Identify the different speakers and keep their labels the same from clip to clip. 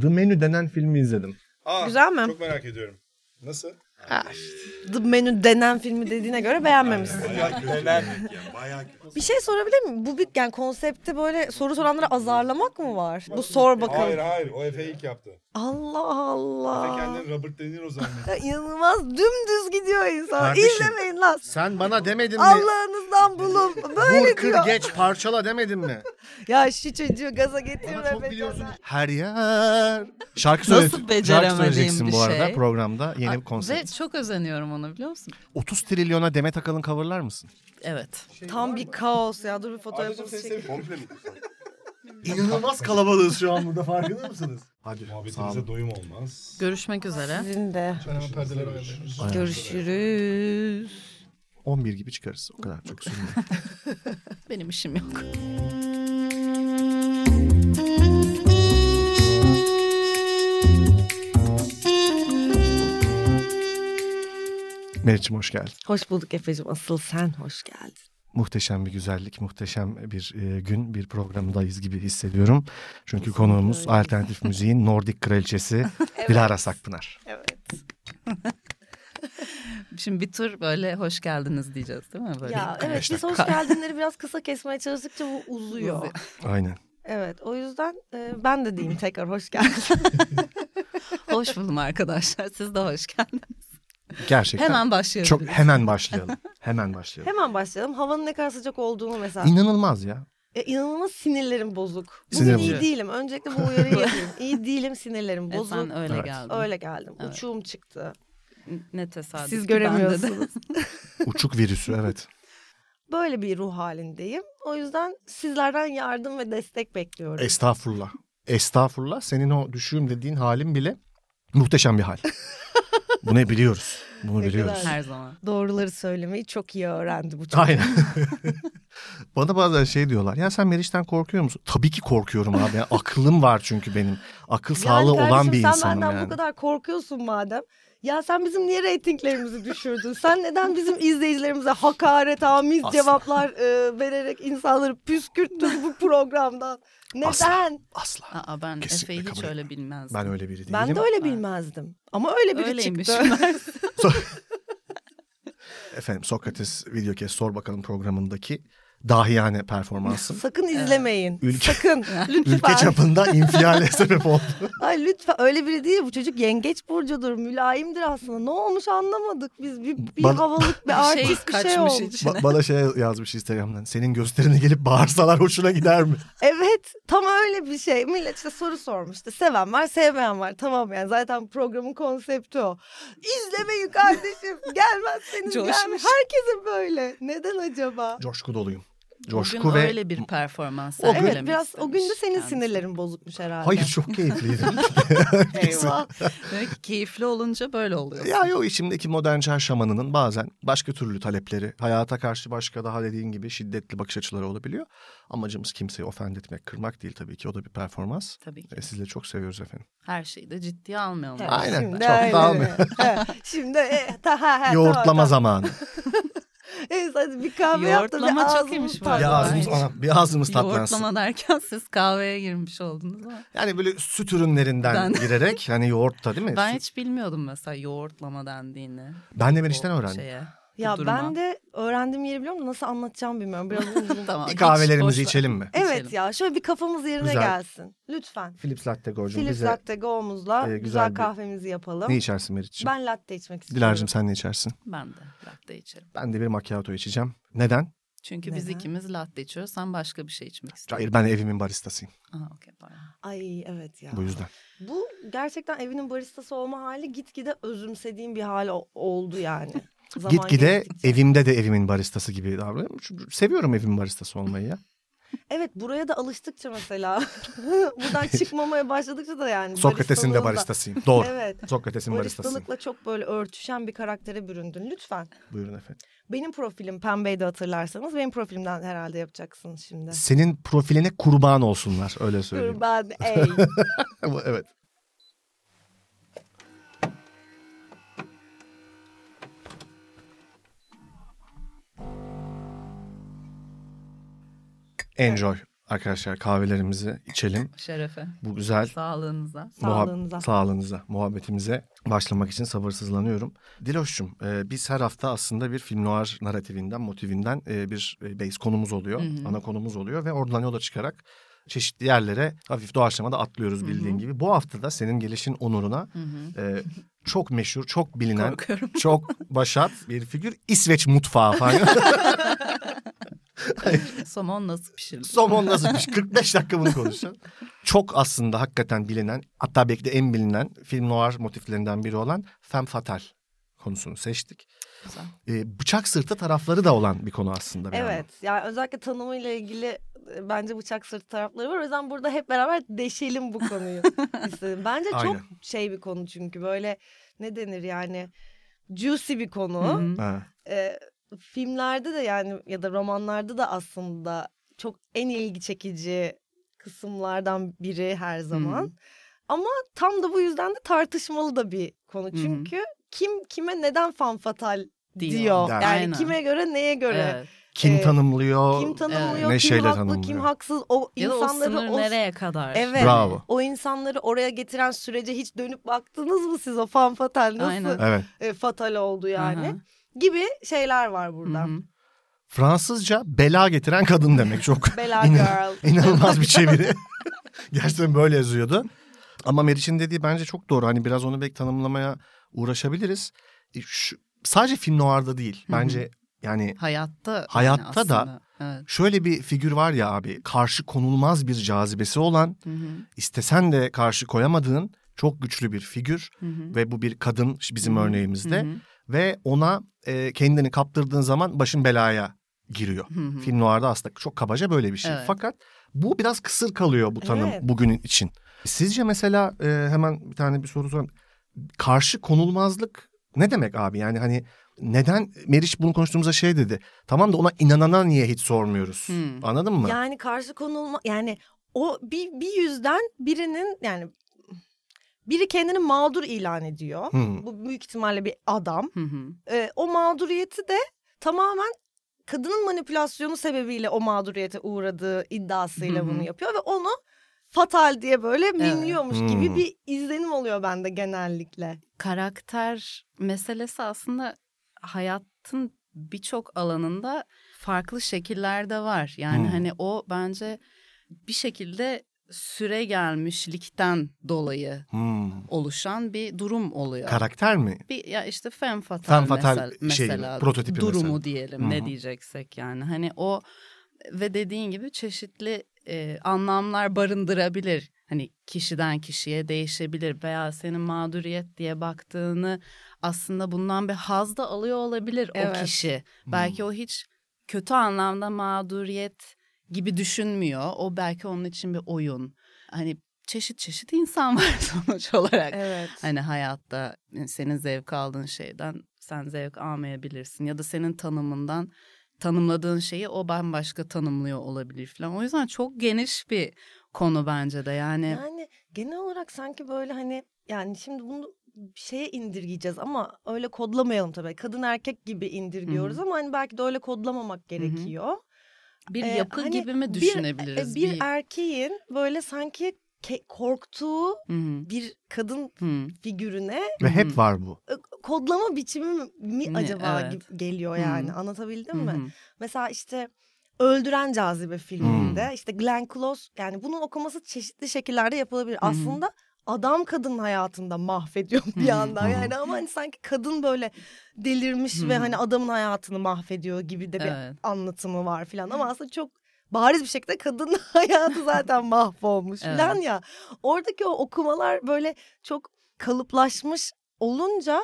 Speaker 1: The Menu denen filmi izledim.
Speaker 2: Aa,
Speaker 3: Güzel mi?
Speaker 2: Çok merak ediyorum. Nasıl?
Speaker 3: The Menu denen filmi dediğine göre beğenmemişsin.
Speaker 4: Bayağı kötü yemek ya. Bayağı kötü.
Speaker 3: Bir şey sorabilir miyim? Bu bir yani konsepte böyle soru soranlara azarlamak mı var? Bu sor bakalım.
Speaker 2: Hayır hayır o Efe ilk yaptı.
Speaker 3: Allah
Speaker 2: Efe
Speaker 3: Allah.
Speaker 2: kendini Robert De Niro zannetti.
Speaker 3: Ya İnanılmaz dümdüz gidiyor insan.
Speaker 5: Kardeşim.
Speaker 3: İzlemeyin lan.
Speaker 5: Sen bana demedin mi?
Speaker 3: Allah'ınızdan bulun. Böyle
Speaker 5: Vur kır
Speaker 3: diyor.
Speaker 5: geç parçala demedin mi?
Speaker 3: Ya şu çocuğu gaza getirme.
Speaker 5: Ama çok
Speaker 3: be
Speaker 5: biliyorsun.
Speaker 3: canım.
Speaker 5: Her yer. Şarkı,
Speaker 6: Nasıl
Speaker 5: söyle, şarkı
Speaker 6: beceremediğim
Speaker 5: söyleyeceksin
Speaker 6: bir
Speaker 5: bu arada
Speaker 6: şey?
Speaker 5: programda yeni bir
Speaker 6: Ve
Speaker 5: konsept.
Speaker 6: çok özeniyorum ona biliyor musun?
Speaker 5: 30 trilyona Demet Akalın coverlar mısın?
Speaker 6: Evet.
Speaker 3: Tam bir kaos ya. Dur bir
Speaker 2: Ayrıca
Speaker 3: fotoğrafımızı
Speaker 2: seni
Speaker 3: çekelim.
Speaker 2: seviyorum.
Speaker 4: Komple mi?
Speaker 5: İnanılmaz kalabalığız şu an burada farkında mısınız? Hadi sağ
Speaker 2: Muhabbetimize
Speaker 5: olun.
Speaker 2: doyum olmaz.
Speaker 6: Görüşmek üzere.
Speaker 3: Sizin de.
Speaker 2: Ben hemen perdeleri ayarlarım.
Speaker 3: Görüşürüz.
Speaker 5: 11 gibi çıkarız. O kadar çok sürmüyor.
Speaker 6: Benim işim yok.
Speaker 5: Meriç'im hoş geldin.
Speaker 3: Hoş bulduk Efe'cim. Asıl sen hoş geldin.
Speaker 5: Muhteşem bir güzellik, muhteşem bir e, gün, bir programdayız gibi hissediyorum. Çünkü konuğumuz alternatif müziğin Nordik kraliçesi Dilara Sakpınar.
Speaker 3: Evet.
Speaker 6: Şimdi bir tur böyle hoş geldiniz diyeceğiz değil mi? Böyle
Speaker 3: Ya
Speaker 6: bir-
Speaker 3: evet biz hoş geldinleri biraz kısa kesmeye çalıştıkça bu uzuyor.
Speaker 6: Uzuyor.
Speaker 5: Aynen.
Speaker 3: Evet o yüzden e, ben de diyeyim tekrar hoş geldin.
Speaker 6: Hoş buldum arkadaşlar. Siz de hoş geldiniz.
Speaker 5: Gerçekten.
Speaker 6: Hemen E, başlıyoruz.
Speaker 5: Çok hemen başlayalım. Hemen başlayalım.
Speaker 3: Hemen başlayalım. Havanın ne kadar sıcak olduğunu mesela.
Speaker 5: İnanılmaz ya.
Speaker 3: E, inanılmaz sinirlerim bozuk. Bugün
Speaker 5: Sinir
Speaker 3: iyi
Speaker 5: bozucu.
Speaker 3: değilim. Öncelikle bu uyarıyı yapayım. İyi değilim sinirlerim
Speaker 6: E,
Speaker 3: bozuk.
Speaker 6: sen öyle
Speaker 5: Evet.
Speaker 6: geldin.
Speaker 3: Öyle geldim.
Speaker 6: Evet.
Speaker 3: Uçuğum çıktı.
Speaker 6: Ne tesadüf.
Speaker 3: Siz
Speaker 6: ki ben de de-
Speaker 3: göremiyorsunuz.
Speaker 5: Uçuk virüsü evet.
Speaker 3: Böyle bir ruh halindeyim. O yüzden sizlerden yardım ve destek bekliyorum.
Speaker 5: Estağfurullah. Estağfurullah. Senin o düşüğüm dediğin halin bile muhteşem bir hal. Bunu biliyoruz. Bunu
Speaker 3: Ne
Speaker 5: biliyoruz.
Speaker 3: kadar.
Speaker 6: Her zaman.
Speaker 3: Doğruları söylemeyi çok iyi öğrendi bu çocuk.
Speaker 5: Aynen. Bana bazen şey diyorlar. Ya sen Meriç'ten korkuyor musun? Tabii ki korkuyorum abi. Yani aklım var çünkü benim. Akıl sağlığı
Speaker 3: yani
Speaker 5: olan
Speaker 3: kardeşim,
Speaker 5: bir
Speaker 3: sen
Speaker 5: insanım
Speaker 3: benden
Speaker 5: yani.
Speaker 3: bu kadar korkuyorsun madem. Ya sen bizim niye reytinglerimizi düşürdün? Sen neden bizim izleyicilerimize hakaret amiz
Speaker 5: Asla.
Speaker 3: cevaplar e, vererek insanları püskürttün bu programdan? Neden?
Speaker 5: Asla. Asla.
Speaker 6: Aa, ben
Speaker 5: Kesinlikle
Speaker 6: Efe'yi hiç
Speaker 5: kabul
Speaker 6: öyle bilmezdim.
Speaker 5: Ben öyle biri değilim.
Speaker 3: Ben de öyle bilmezdim. Ama öyle biri
Speaker 6: Öyleymiş.
Speaker 3: çıktı.
Speaker 5: Efendim Sokrates video kes sor bakalım programındaki dahiyane performansım.
Speaker 3: Sakın izlemeyin.
Speaker 5: Ülke-
Speaker 3: Sakın.
Speaker 5: Ülke
Speaker 3: lütfen.
Speaker 5: çapında infiale sebep oldu.
Speaker 3: Ay lütfen öyle biri değil. Bu çocuk yengeç burcudur. Mülayimdir aslında. Ne olmuş anlamadık biz. Bir, bir
Speaker 5: Bana-
Speaker 3: havalık bir
Speaker 6: Bir şey
Speaker 3: artist bir şey,
Speaker 6: kaçmış
Speaker 3: olmuş.
Speaker 6: içine.
Speaker 5: Ba- bana şey yazmış Instagram'dan. Senin gösterine gelip bağırsalar hoşuna gider mi?
Speaker 3: Evet tam öyle bir şey. Millet işte soru sormuştu. Seven var sevmeyen var. Tamam yani zaten programın konsepti o. İzlemeyin kardeşim. Gelmezseniz
Speaker 6: Coşmuş.
Speaker 3: gelmeyin. Herkese böyle. Neden acaba?
Speaker 5: Coşku doluyum.
Speaker 6: Coşku
Speaker 5: Coşku ve...
Speaker 6: öyle bir performans
Speaker 5: O gün-
Speaker 3: Evet
Speaker 6: sergilemek
Speaker 3: biraz o gün de
Speaker 6: istemiş
Speaker 3: senin
Speaker 6: kendisi.
Speaker 3: sinirlerin bozukmuş herhalde.
Speaker 5: Hayır çok keyifliydi.
Speaker 3: Eyvah.
Speaker 6: Demek ki keyifli olunca böyle oluyor.
Speaker 5: ya yo içimdeki modern çağ şamanının bazen başka türlü talepleri, hayata karşı başka daha dediğin gibi şiddetli bakış açıları olabiliyor. Amacımız kimseyi ofend etmek, kırmak değil tabii ki. O da bir performans.
Speaker 6: Tabii ki.
Speaker 5: E, sizi de çok seviyoruz efendim.
Speaker 6: Her şeyi de ciddiye almayalım.
Speaker 3: Evet,
Speaker 5: Aynen,
Speaker 3: Şimdi
Speaker 5: çok
Speaker 3: öyle.
Speaker 5: dağılmıyor.
Speaker 3: Evet, Şimdi e, ta, ha, ha,
Speaker 5: Yoğurtlama
Speaker 3: tamam, tamam.
Speaker 5: zamanı.
Speaker 3: Evet, hadi bir kahve yaptım.
Speaker 6: Yoğurtlama çok
Speaker 3: ağzımız
Speaker 6: iyiymiş bu
Speaker 3: tatlı.
Speaker 5: bir
Speaker 6: arada.
Speaker 5: ağzımız, ana, bir ağzımız tatlansın.
Speaker 6: Yoğurtlama derken siz kahveye girmiş oldunuz ama.
Speaker 5: Yani böyle süt ürünlerinden
Speaker 6: Ben-
Speaker 5: girerek hani yoğurtta değil mi?
Speaker 6: Ben
Speaker 5: Süt-
Speaker 6: hiç bilmiyordum mesela yoğurtlama dendiğini.
Speaker 5: ben de Meriç'ten
Speaker 6: O
Speaker 5: öğrendim.
Speaker 6: şeye, bu
Speaker 3: Ya
Speaker 6: duruma.
Speaker 3: ben de öğrendiğim yeri biliyorum da nasıl anlatacağım bilmiyorum. Biraz uzun.
Speaker 6: Tamam,
Speaker 5: Bir
Speaker 6: hiç
Speaker 5: kahvelerimizi
Speaker 6: boş ver.
Speaker 5: içelim mi?
Speaker 3: evet
Speaker 6: İçelim.
Speaker 3: ya şöyle bir kafamız yerine
Speaker 5: Güzel.
Speaker 3: gelsin. Lütfen.
Speaker 5: Philips Latte Go'cum
Speaker 3: Philips
Speaker 5: bize
Speaker 3: Latte Go'muzla
Speaker 5: e,
Speaker 3: güzel,
Speaker 5: güzel bir-
Speaker 3: kahvemizi yapalım.
Speaker 5: ne içersin Meriç'ciğim?
Speaker 3: Ben latte içmek istiyorum.
Speaker 5: Dilar'cığım sen ne içersin?
Speaker 6: Ben de latte içerim.
Speaker 5: Ben de bir macchiato içeceğim. Neden?
Speaker 6: Çünkü biz
Speaker 3: Neden?
Speaker 6: ikimiz latte içiyoruz. Sen başka bir şey içmek istiyorsun.
Speaker 5: Hayır ben evimin baristasıyım
Speaker 6: Aha, okey, pardon.
Speaker 3: Ay evet ya.
Speaker 5: bu yüzden.
Speaker 3: Bu gerçekten evinin baristası olma hali gitgide özümsediğim bir hal o- oldu yani. Zaman
Speaker 5: Gitgide
Speaker 3: geçtikçe.
Speaker 5: evimde de evimin baristası gibi davranıyorum. Çünkü Seviyorum evimin baristası olmayı ya.
Speaker 3: Evet buraya da alıştıkça mesela buradan çıkmamaya başladıkça da yani.
Speaker 5: Sokrates'in de
Speaker 3: baristalığı da-
Speaker 5: baristasıyım. Doğru.
Speaker 3: Evet.
Speaker 5: Sokrates'in baristasıyım.
Speaker 3: Baristalıkla çok böyle örtüşen bir karaktere büründün. Lütfen.
Speaker 5: Buyurun efendim.
Speaker 3: Benim profilim pembeydi hatırlarsanız. Benim profilimden herhalde yapacaksın şimdi.
Speaker 5: Senin profiline kurban olsunlar öyle söyleyeyim.
Speaker 3: Kurban ey.
Speaker 5: Bu- evet. Enjoy. Arkadaşlar kahvelerimizi içelim.
Speaker 6: Şerefe.
Speaker 5: Bu güzel
Speaker 6: Sağlığınıza.
Speaker 5: muhab-
Speaker 3: Sağlığınıza.
Speaker 5: sağlığınıza, muhabbetimize başlamak için sabırsızlanıyorum. Diloş'cum e, biz her hafta aslında bir film noir narratifinden, motivinden e, bir e, base konumuz oluyor.
Speaker 6: Hı hı.
Speaker 5: Ana konumuz oluyor ve oradan yola çıkarak çeşitli yerlere hafif doğaçlamada atlıyoruz bildiğin gibi. Bu hafta da senin gelişin onuruna
Speaker 6: Hı hı.
Speaker 5: e, çok meşhur, çok bilinen,
Speaker 6: Korkuyorum.
Speaker 5: çok başat bir figür İsveç mutfağı falan.
Speaker 6: Somon nasıl pişirilir?
Speaker 5: Somon nasıl piş- 45 dakika bunu konuşacağız. Çok aslında hakikaten bilinen hatta belki de en bilinen film noir motiflerinden biri olan Femme Fatale konusunu seçtik.
Speaker 6: Güzel.
Speaker 5: Ee, bıçak sırtı tarafları da olan bir konu aslında. bir
Speaker 3: Evet yani özellikle tanımıyla ilgili e, bence bıçak sırtı tarafları var. O yüzden burada hep beraber deşelim bu konuyu istedim. Bence çok
Speaker 5: Aynen.
Speaker 3: şey bir konu çünkü böyle ne denir yani juicy bir
Speaker 6: Hı
Speaker 3: konu.
Speaker 6: hı.
Speaker 5: yandan. Ha.
Speaker 3: E, filmlerde de yani ya da romanlarda da aslında çok en ilgi çekici kısımlardan biri her zaman.
Speaker 6: Hı.
Speaker 3: Ama tam da bu yüzden de tartışmalı da bir konu.
Speaker 6: hı.
Speaker 3: Çünkü kim kime neden fanfatal
Speaker 6: Diyor.
Speaker 3: diyor.
Speaker 5: Der.
Speaker 3: Yani
Speaker 6: Aynen.
Speaker 3: kime göre neye göre.
Speaker 6: Evet.
Speaker 5: Kim
Speaker 3: Ee,
Speaker 5: tanımlıyor?
Speaker 3: Kim tanımlıyor,
Speaker 6: Evet.
Speaker 3: kim
Speaker 5: Neşeyle
Speaker 3: haklı, kim
Speaker 5: tanımlıyor.
Speaker 3: haksız. O
Speaker 6: Ya da o
Speaker 3: insanları
Speaker 6: sınır
Speaker 3: o,
Speaker 6: nereye kadar?
Speaker 3: Evet.
Speaker 5: Bravo.
Speaker 3: o insanları oraya getiren sürece hiç dönüp baktınız mı siz o fan fatal nasıl
Speaker 6: Aynen.
Speaker 5: Evet.
Speaker 3: e, fatal oldu yani
Speaker 6: Aha.
Speaker 3: gibi şeyler var
Speaker 6: Hı
Speaker 3: burada.
Speaker 6: hı.
Speaker 5: Fransızca bela getiren kadın demek çok
Speaker 3: Bella
Speaker 5: İnan-
Speaker 3: girl.
Speaker 5: İnanılmaz bir çeviri. Gerçekten böyle yazıyordu. Ama Meriç'in dediği bence çok doğru. Hani biraz onu belki tanımlamaya uğraşabiliriz. E, şu- sadece film noir'da değil.
Speaker 6: hı.
Speaker 5: Bence yani
Speaker 6: Hayatta. yani
Speaker 5: Hayatta da-
Speaker 6: aslında. Evet.
Speaker 5: şöyle bir figür var ya abi. Karşı konulmaz bir cazibesi olan,
Speaker 6: Hı hı.
Speaker 5: istesen de karşı koyamadığın çok güçlü bir figür.
Speaker 6: Hı hı.
Speaker 5: Ve bu bir kadın işte bizim
Speaker 6: Hı hı.
Speaker 5: örneğimizde.
Speaker 6: Hı hı.
Speaker 5: Ve ona e, kendini kaptırdığın zaman başın belaya giriyor.
Speaker 6: Hı hı.
Speaker 5: Film noir'da aslında çok kabaca böyle bir şey.
Speaker 6: Evet.
Speaker 5: Fakat bu biraz kısır kalıyor bu tanım
Speaker 3: Evet.
Speaker 5: bugün için. Sizce mesela e, hemen bir tane bir soru sorayım. Karşı konulmazlık ne demek abi? Yani hani neden Meriç bunu konuştuğumuzda şey dedi. Tamam da ona inanana niye hiç sormuyoruz?
Speaker 6: Hmm.
Speaker 5: Anladın mı?
Speaker 3: Yani karşı konulma yani o bir, bir yüzden birinin yani biri kendini mağdur ilan ediyor.
Speaker 5: Hmm.
Speaker 3: Bu büyük ihtimalle bir adam.
Speaker 6: Hı hı.
Speaker 3: E, o mağduriyeti de tamamen kadının manipülasyonu sebebiyle o mağduriyete uğradığı iddiasıyla
Speaker 6: Hı hı.
Speaker 3: bunu yapıyor ve onu fatal diye böyle minliyormuş gibi
Speaker 5: Hmm.
Speaker 3: bir izlenim oluyor bende genellikle.
Speaker 6: karakter meselesi aslında hayatın birçok alanında farklı şekillerde var. Yani
Speaker 5: Hmm.
Speaker 6: hani o bence bir şekilde süre gelmişlikten dolayı
Speaker 5: Hmm.
Speaker 6: oluşan bir durum oluyor.
Speaker 5: Karakter mi?
Speaker 6: bir ya işte femme fatale,
Speaker 5: Femme fatale
Speaker 6: mesel-
Speaker 5: şey,
Speaker 6: mesela
Speaker 5: prototipi
Speaker 6: durumu
Speaker 5: mesela.
Speaker 6: diyelim
Speaker 5: Hı
Speaker 6: ne
Speaker 5: hı.
Speaker 6: diyeceksek yani hani o ve dediğin gibi çeşitli e, anlamlar barındırabilir. Hani kişiden kişiye değişebilir veya senin mağduriyet diye baktığını aslında bundan bir haz da alıyor olabilir
Speaker 3: Evet.
Speaker 6: o kişi. Belki o hiç kötü anlamda mağduriyet gibi düşünmüyor. O belki onun için bir oyun. Hani çeşit çeşit insan var sonuç olarak.
Speaker 3: Evet.
Speaker 6: Hani hayatta senin zevk aldığın şeyden sen zevk almayabilirsin ya da senin tanımından tanımladığın şeyi o bambaşka tanımlıyor olabilir falan. O yüzden çok geniş bir konu bence de yani.
Speaker 3: Yani genel olarak sanki böyle hani yani şimdi bunu bir şeye indirgeyeceğiz ama öyle kodlamayalım tabii. Kadın erkek gibi indirgiyoruz ama hani belki de öyle kodlamamak gerekiyor.
Speaker 6: Bir
Speaker 3: Ee,
Speaker 6: yapı
Speaker 3: hani
Speaker 6: gibi mi
Speaker 3: bir- E,
Speaker 6: düşünebiliriz?
Speaker 3: bir erkeğin böyle sanki ke- korktuğu
Speaker 6: Hı hı,
Speaker 3: bir kadın
Speaker 6: hı.
Speaker 3: figürüne
Speaker 5: Ve hep var bu.
Speaker 3: e, kodlama biçimi mi
Speaker 6: Ne,
Speaker 3: acaba
Speaker 6: evet.
Speaker 3: gibi geliyor
Speaker 6: Hı.
Speaker 3: yani anlatabildim
Speaker 6: Hı
Speaker 3: mi?
Speaker 6: hı.
Speaker 3: Mesela işte Öldüren Cazibe filminde işte Glenn Close yani bunun okuması çeşitli şekillerde yapılabilir.
Speaker 6: hı.
Speaker 3: Aslında adam kadın hayatında mahvediyor bir
Speaker 6: Hı hı.
Speaker 3: yandan
Speaker 5: Hı hı.
Speaker 3: yani ama hani sanki kadın böyle delirmiş
Speaker 6: Hı
Speaker 3: ve
Speaker 6: hı.
Speaker 3: hani adamın hayatını mahvediyor gibi de bir
Speaker 6: Evet.
Speaker 3: anlatımı var filan ama aslında çok bariz bir şekilde kadının hayatı zaten mahvolmuş
Speaker 6: Evet.
Speaker 3: filan ya. Oradaki o okumalar böyle çok kalıplaşmış olunca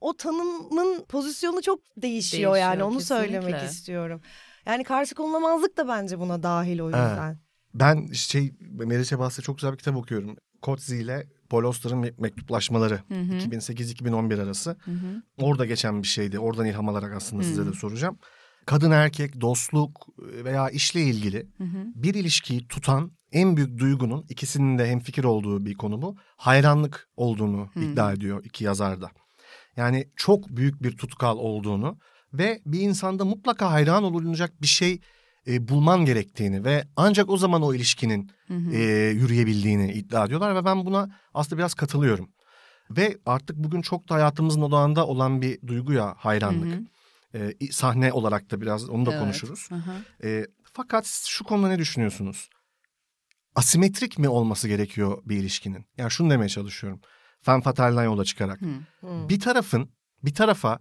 Speaker 3: o tanımın pozisyonu çok değişiyor,
Speaker 6: Değişiyor,
Speaker 3: yani onu söylemek
Speaker 6: kesinlikle.
Speaker 3: istiyorum. Yani karşı konulamazlık da bence buna dahil o yüzden.
Speaker 5: Ben şey Meriç'e bahsede çok güzel bir kitap okuyorum. Kotzi ile Paul Auster'ın me- mektuplaşmaları.
Speaker 6: Hı hı,
Speaker 5: 2008-2011 arası.
Speaker 6: hı hı.
Speaker 5: Orada geçen bir şeydi. Oradan ilham alarak aslında size
Speaker 6: Hmm.
Speaker 5: de soracağım. Kadın erkek, dostluk veya işle ilgili
Speaker 6: Hı hı.
Speaker 5: bir ilişkiyi tutan en büyük duygunun ikisinin de hemfikir olduğu bir konu bu. Hayranlık olduğunu
Speaker 6: Hı.
Speaker 5: iddia ediyor iki yazar da. Yani çok büyük bir tutkal olduğunu ve bir insanda mutlaka hayran olunacak bir şey e, bulman gerektiğini ve ancak o zaman o ilişkinin
Speaker 6: Hı hı.
Speaker 5: e, yürüyebildiğini iddia ediyorlar ve ben buna aslında biraz katılıyorum. Ve artık bugün çok da hayatımızın odağında olan bir duyguya hayranlık.
Speaker 6: Hı hı.
Speaker 5: E, i- sahne olarak da biraz onu da
Speaker 6: Evet.
Speaker 5: konuşuruz.
Speaker 6: Hı hı.
Speaker 5: E, fakat siz şu konuda ne düşünüyorsunuz? Asimetrik mi olması gerekiyor bir ilişkinin? Yani şunu demeye çalışıyorum. Femme fatale'dan yola çıkarak.
Speaker 6: Hı.
Speaker 3: Hı.
Speaker 5: Bir tarafın bir tarafa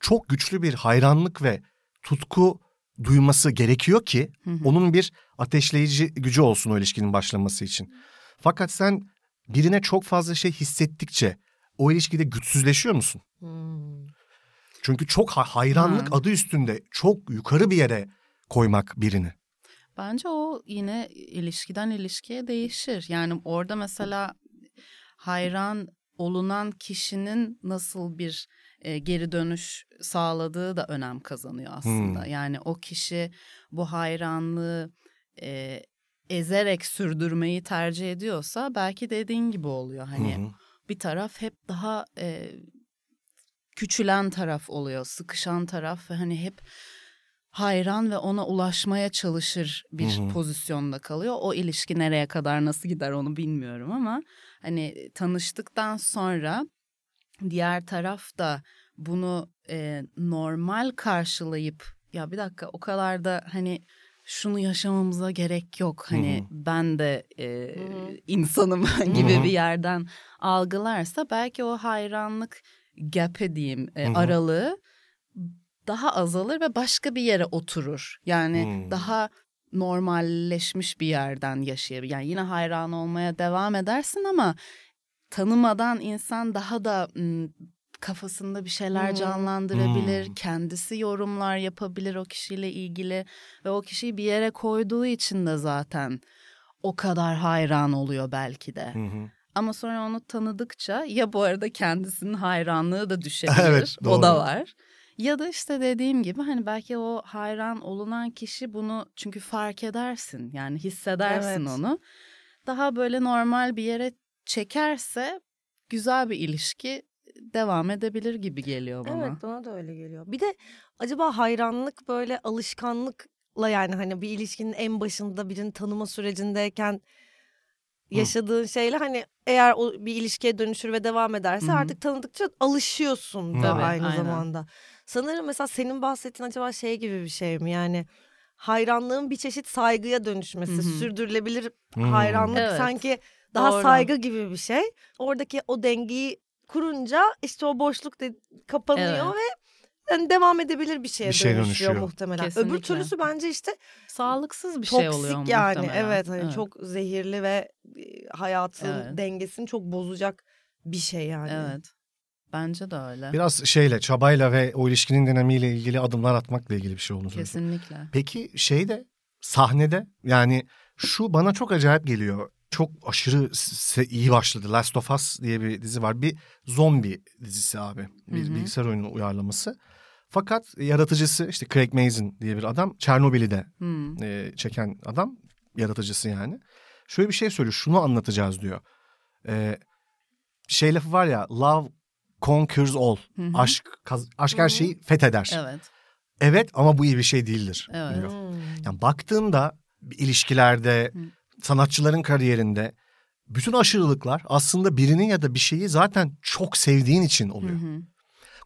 Speaker 5: çok güçlü bir hayranlık ve tutku duyması gerekiyor ki
Speaker 6: Hı hı.
Speaker 5: onun bir ateşleyici gücü olsun o ilişkinin başlaması için. Fakat sen birine çok fazla şey hissettikçe o ilişkide güçsüzleşiyor musun?
Speaker 3: Hmm.
Speaker 5: Çünkü çok ha- hayranlık
Speaker 6: Ha.
Speaker 5: adı üstünde çok yukarı bir yere koymak birini.
Speaker 6: Bence o yine ilişkiden ilişkiye değişir. Yani orada mesela hayran olunan kişinin nasıl bir e, geri dönüş sağladığı da önem kazanıyor aslında.
Speaker 5: Hmm.
Speaker 6: Yani o kişi bu hayranlığı e, ezerek sürdürmeyi tercih ediyorsa belki dediğin gibi oluyor. Hani
Speaker 5: Hı hı.
Speaker 6: bir taraf hep daha e, küçülen taraf oluyor, sıkışan taraf ve hani hep hayran ve ona ulaşmaya çalışır bir
Speaker 5: Hı hı.
Speaker 6: pozisyonda kalıyor. O ilişki nereye kadar nasıl gider onu bilmiyorum ama hani tanıştıktan sonra diğer taraf da bunu e, normal karşılayıp ya bir dakika o kadar da hani şunu yaşamamıza gerek yok hani
Speaker 5: Hı hı.
Speaker 6: ben de e,
Speaker 3: Hı hı.
Speaker 6: insanım gibi
Speaker 5: Hı hı.
Speaker 6: bir yerden algılarsa belki o hayranlık gap'i diyeyim e,
Speaker 5: Hı hı.
Speaker 6: aralığı daha azalır ve başka bir yere oturur. Yani
Speaker 5: Hmm.
Speaker 6: daha normalleşmiş bir yerden yaşayabilir. Yani yine hayran olmaya devam edersin ama tanımadan insan daha da m, kafasında bir şeyler
Speaker 3: Hmm.
Speaker 6: canlandırabilir.
Speaker 5: Hmm.
Speaker 6: Kendisi yorumlar yapabilir o kişiyle ilgili ve o kişiyi bir yere koyduğu için de zaten o kadar hayran oluyor belki de.
Speaker 5: Hı hı.
Speaker 6: Ama sonra onu tanıdıkça ya bu arada kendisinin hayranlığı da düşebilir.
Speaker 5: Evet, doğru.
Speaker 6: O da var. Ya da işte dediğim gibi hani belki o hayran olunan kişi bunu çünkü fark edersin. Yani hissedersin
Speaker 3: Evet.
Speaker 6: onu. Daha böyle normal bir yere çekerse güzel bir ilişki devam edebilir gibi geliyor bana.
Speaker 3: Evet bana da öyle geliyor. Bir de acaba hayranlık böyle alışkanlıkla yani hani bir ilişkinin en başında birini tanıma sürecindeyken yaşadığın şeyle hani eğer o bir ilişkiye dönüşür ve devam ederse
Speaker 6: Hı hı.
Speaker 3: artık tanıdıkça alışıyorsun da
Speaker 5: Tabii,
Speaker 3: aynı
Speaker 6: aynen.
Speaker 3: zamanda. Sanırım mesela senin bahsettiğin acaba şey gibi bir şey mi yani hayranlığın bir çeşit saygıya dönüşmesi
Speaker 6: Hı hı.
Speaker 3: sürdürülebilir
Speaker 5: Hmm.
Speaker 3: hayranlık
Speaker 6: Evet.
Speaker 3: sanki daha
Speaker 6: Doğru.
Speaker 3: saygı gibi bir şey. Oradaki o dengeyi kurunca işte o boşluk da kapanıyor
Speaker 6: Evet.
Speaker 3: ve yani devam edebilir bir şeye
Speaker 5: Bir şeye
Speaker 3: dönüşüyor,
Speaker 5: dönüşüyor.
Speaker 3: muhtemelen. Öbür
Speaker 6: Kesinlikle.
Speaker 3: türlüsü bence işte
Speaker 6: Sağlıksız bir şey
Speaker 3: toksik
Speaker 6: oluyor
Speaker 3: yani.
Speaker 6: muhtemelen.
Speaker 3: Evet, hani çok zehirli ve e, hayatın
Speaker 6: Evet.
Speaker 3: dengesini çok bozacak bir şey yani.
Speaker 6: Evet. hani Bence de öyle.
Speaker 5: Biraz şeyle çabayla ve o ilişkinin dinamiğiyle ilgili adımlar atmakla ilgili bir şey olduğunu söylüyorsun.
Speaker 6: Kesinlikle.
Speaker 5: Peki şeyde sahnede yani şu bana çok acayip geliyor. Çok aşırı se- iyi başladı. Last of Us diye bir dizi var. Bir zombi dizisi abi. Bir
Speaker 6: Hı hı.
Speaker 5: bilgisayar oyunu uyarlaması. Fakat yaratıcısı işte Craig Mazin diye bir adam. Çernobil'i de
Speaker 6: Hmm.
Speaker 5: e, çeken adam yaratıcısı yani. Şöyle bir şey söylüyor. Şunu anlatacağız diyor. E, şey lafı var ya love conquers all.
Speaker 6: Hı hı.
Speaker 5: Aşk kaz- aşk her şeyi fetheder. Evet.
Speaker 6: Evet.
Speaker 5: ama bu iyi bir şey değildir
Speaker 6: Evet.
Speaker 5: diyor.
Speaker 3: Hmm.
Speaker 5: Yani baktığında ilişkilerde,
Speaker 6: Hı.
Speaker 5: sanatçıların kariyerinde bütün aşırılıklar aslında birini ya da bir şeyi zaten çok sevdiğin için
Speaker 6: Hı
Speaker 5: oluyor.
Speaker 6: hı.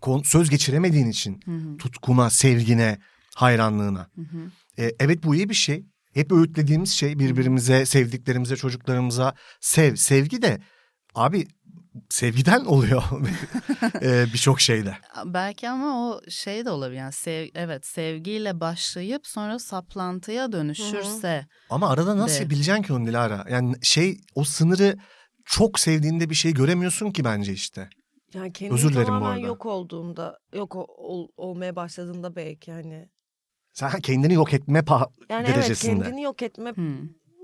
Speaker 5: Kon- Söz geçiremediğin için
Speaker 6: Hı hı.
Speaker 5: tutkuna, sevgine, hayranlığına.
Speaker 6: Hı hı.
Speaker 5: E, evet bu iyi bir şey. Hep öğütlediğimiz şey birbirimize, sevdiklerimize, çocuklarımıza sev. Sevgi de abi sevgiden oluyor e, birçok şeyde.
Speaker 6: Belki ama o şey de olabilir. Yani sev, evet sevgiyle başlayıp sonra saplantıya dönüşürse.
Speaker 5: Ama arada nasıl
Speaker 6: De.
Speaker 5: bileceksin ki onu Dilara? Yani şey o sınırı çok sevdiğinde bir şey göremiyorsun ki bence işte.
Speaker 3: Yani kendini
Speaker 5: Özür dilerim bu
Speaker 3: tamamen
Speaker 5: arada.
Speaker 3: yok olduğunda, yok o- ol- olmaya başladığında belki hani.
Speaker 5: Sen kendini yok etme pa-
Speaker 3: Yani evet
Speaker 5: derecesinde.
Speaker 3: kendini yok etme
Speaker 6: Hmm.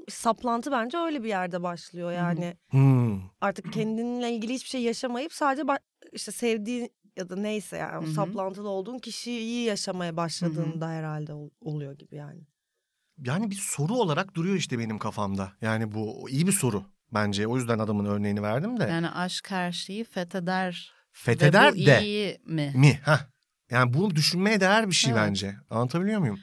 Speaker 3: saplantı bence öyle bir yerde başlıyor yani.
Speaker 5: Hmm.
Speaker 3: artık kendinle ilgili hiçbir şey yaşamayıp sadece ba- işte sevdiğin ya da neyse yani o
Speaker 6: Hı hı.
Speaker 3: saplantılı olduğun kişiyi yaşamaya başladığında herhalde ol- oluyor gibi yani.
Speaker 5: Yani bir soru olarak duruyor işte benim kafamda. Yani bu iyi bir soru bence. O yüzden adamın örneğini verdim de.
Speaker 6: Yani aşk her şeyi fetheder.
Speaker 5: Fetheder
Speaker 6: Ve bu
Speaker 5: de
Speaker 6: iyi mi?
Speaker 5: mi? Hah. Yani bunu düşünmeye değer bir şey
Speaker 6: Evet.
Speaker 5: bence. Anlatabiliyor muyum?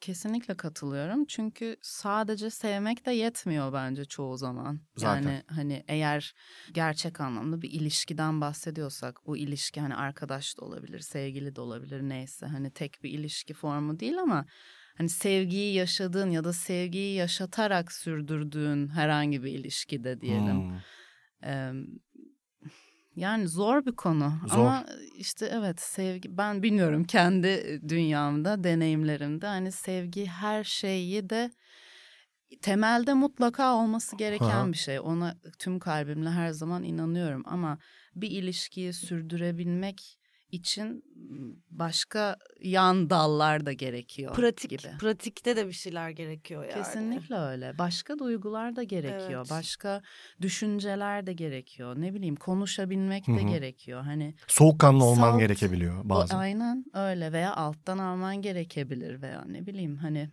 Speaker 6: Kesinlikle katılıyorum. Çünkü sadece sevmek de yetmiyor bence çoğu zaman.
Speaker 5: Zaten.
Speaker 6: Yani hani eğer gerçek anlamda bir ilişkiden bahsediyorsak bu ilişki hani arkadaş da olabilir, sevgili de olabilir neyse hani tek bir ilişki formu değil ama hani sevgiyi yaşadığın ya da sevgiyi yaşatarak sürdürdüğün herhangi bir ilişkide diyelim.
Speaker 5: Hmm.
Speaker 6: Eee, yani zor bir konu
Speaker 5: Zor.
Speaker 6: ama işte evet sevgi ben bilmiyorum kendi dünyamda deneyimlerimde hani sevgi her şeyi de temelde mutlaka olması gereken
Speaker 5: Aha.
Speaker 6: bir şey. Ona tüm kalbimle her zaman inanıyorum ama bir ilişkiyi sürdürebilmek için başka yan dallar da gerekiyor
Speaker 3: Pratik,
Speaker 6: gibi.
Speaker 3: pratikte de bir şeyler gerekiyor yani.
Speaker 6: Kesinlikle öyle. Başka duygular da gerekiyor.
Speaker 3: Evet.
Speaker 6: Başka düşünceler de gerekiyor. Ne bileyim konuşabilmek de
Speaker 5: Hı hı.
Speaker 6: gerekiyor. Hani
Speaker 5: Soğukkanlı olman
Speaker 6: Salt.
Speaker 5: gerekebiliyor bazen.
Speaker 6: o aynen öyle veya alttan alman gerekebilir veya ne bileyim hani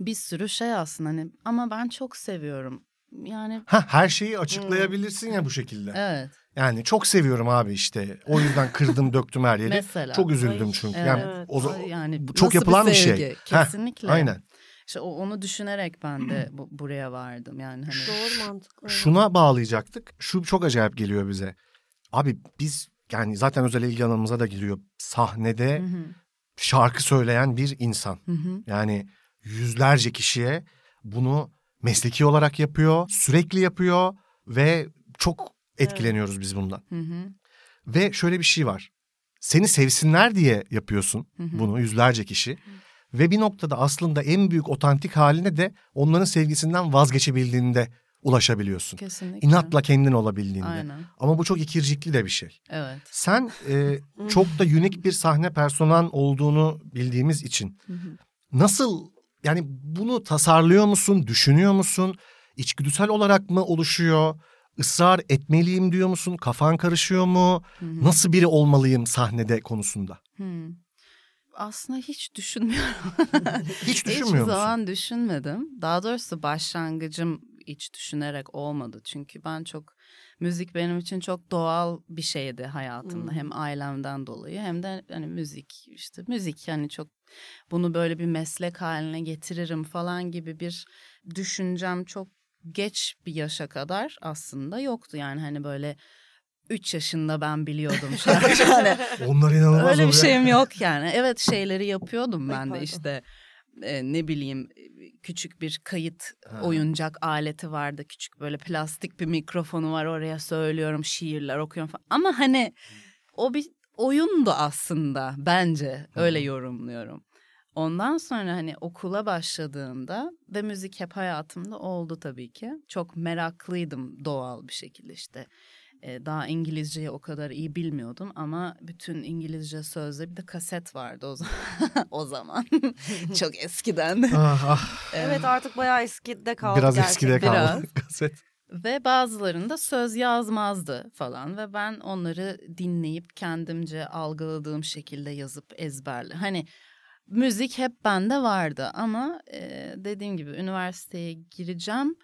Speaker 6: bir sürü şey aslında hani ama ben çok seviyorum. Yani
Speaker 5: Ha her şeyi açıklayabilirsin ya bu şekilde.
Speaker 6: Hmm. evet
Speaker 5: Yani çok seviyorum abi işte. O yüzden kırdım döktüm her yeri.
Speaker 6: mesela.
Speaker 5: Çok üzüldüm çünkü. Yani
Speaker 6: Evet.
Speaker 5: o zaman-
Speaker 6: yani
Speaker 5: bu çok
Speaker 6: nasıl
Speaker 5: yapılan bir şey.
Speaker 6: sevgi?
Speaker 5: Heh,
Speaker 6: Kesinlikle.
Speaker 5: aynen.
Speaker 6: İşte o- onu düşünerek ben de bu- buraya vardım yani hani.
Speaker 3: Doğru mantıklı.
Speaker 5: Şuna bağlayacaktık. Şu çok acayip geliyor bize. Abi biz yani zaten özel ilgi alanımıza da giriyor. Sahnede
Speaker 6: Hı hı,
Speaker 5: şarkı söyleyen bir insan.
Speaker 6: hı hı.
Speaker 5: Yani yüzlerce kişiye bunu mesleki olarak yapıyor, sürekli yapıyor ve çok etkileniyoruz biz bundan.
Speaker 6: Hı hı.
Speaker 5: Ve şöyle bir şey var. Seni sevsinler diye yapıyorsun
Speaker 6: Hı hı.
Speaker 5: bunu yüzlerce kişi. Ve bir noktada aslında en büyük otantik haline de onların sevgisinden vazgeçebildiğinde ulaşabiliyorsun.
Speaker 6: Kesinlikle.
Speaker 5: İnatla kendin olabildiğinde.
Speaker 6: Aynen.
Speaker 5: Ama bu çok ikircikli de bir şey.
Speaker 6: Evet.
Speaker 5: Sen e, çok da unik bir sahne personan olduğunu bildiğimiz için
Speaker 6: Hı hı.
Speaker 5: nasıl yani bunu tasarlıyor musun, düşünüyor musun? İçgüdüsel olarak mı oluşuyor? Israr etmeliyim diyor musun? Kafan karışıyor mu?
Speaker 6: Hı hı.
Speaker 5: Nasıl biri olmalıyım sahnede konusunda?
Speaker 6: Hmm. Aslında hiç düşünmüyorum.
Speaker 5: Hiç düşünmüyor
Speaker 6: Hiçbir
Speaker 5: musun?
Speaker 6: zaman düşünmedim. Daha doğrusu başlangıcım hiç düşünerek olmadı. Çünkü ben çok müzik benim için çok doğal bir şeydi hayatımda.
Speaker 3: Hmm.
Speaker 6: Hem ailemden dolayı hem de hani müzik işte müzik yani çok bunu böyle bir meslek haline getiririm falan gibi bir düşüncem çok geç bir yaşa kadar aslında yoktu. Yani hani böyle 3 yaşında ben biliyordum şarkı. Hani
Speaker 5: Onlar inanılmaz
Speaker 6: Öyle bir
Speaker 5: oluyor.
Speaker 6: şeyim yok yani. Evet şeyleri yapıyordum
Speaker 3: Ay,
Speaker 6: ben de
Speaker 3: pardon.
Speaker 6: işte e, ne bileyim e, küçük bir kayıt
Speaker 5: Ha.
Speaker 6: oyuncak aleti vardı. Küçük böyle plastik bir mikrofonu var oraya söylüyorum şiirler okuyorum falan. Ama hani o bir oyundu aslında bence öyle yorumluyorum. Ondan sonra hani okula başladığımda ve müzik hep hayatımda oldu tabii ki. Çok meraklıydım doğal bir şekilde işte. Ee, daha İngilizceyi o kadar iyi bilmiyordum ama bütün İngilizce sözde bir de kaset vardı o zaman. o zaman. Çok eskiden.
Speaker 5: Ah, ah.
Speaker 3: Evet artık bayağı eskide kaldı
Speaker 5: Biraz
Speaker 3: gerçekten.
Speaker 5: eskide kaldı.
Speaker 6: Biraz.
Speaker 5: Kaset.
Speaker 6: Ve bazılarında söz yazmazdı falan ve ben onları dinleyip kendimce algıladığım şekilde yazıp ezberle. Hani müzik hep bende vardı ama e, dediğim gibi üniversiteye gireceğim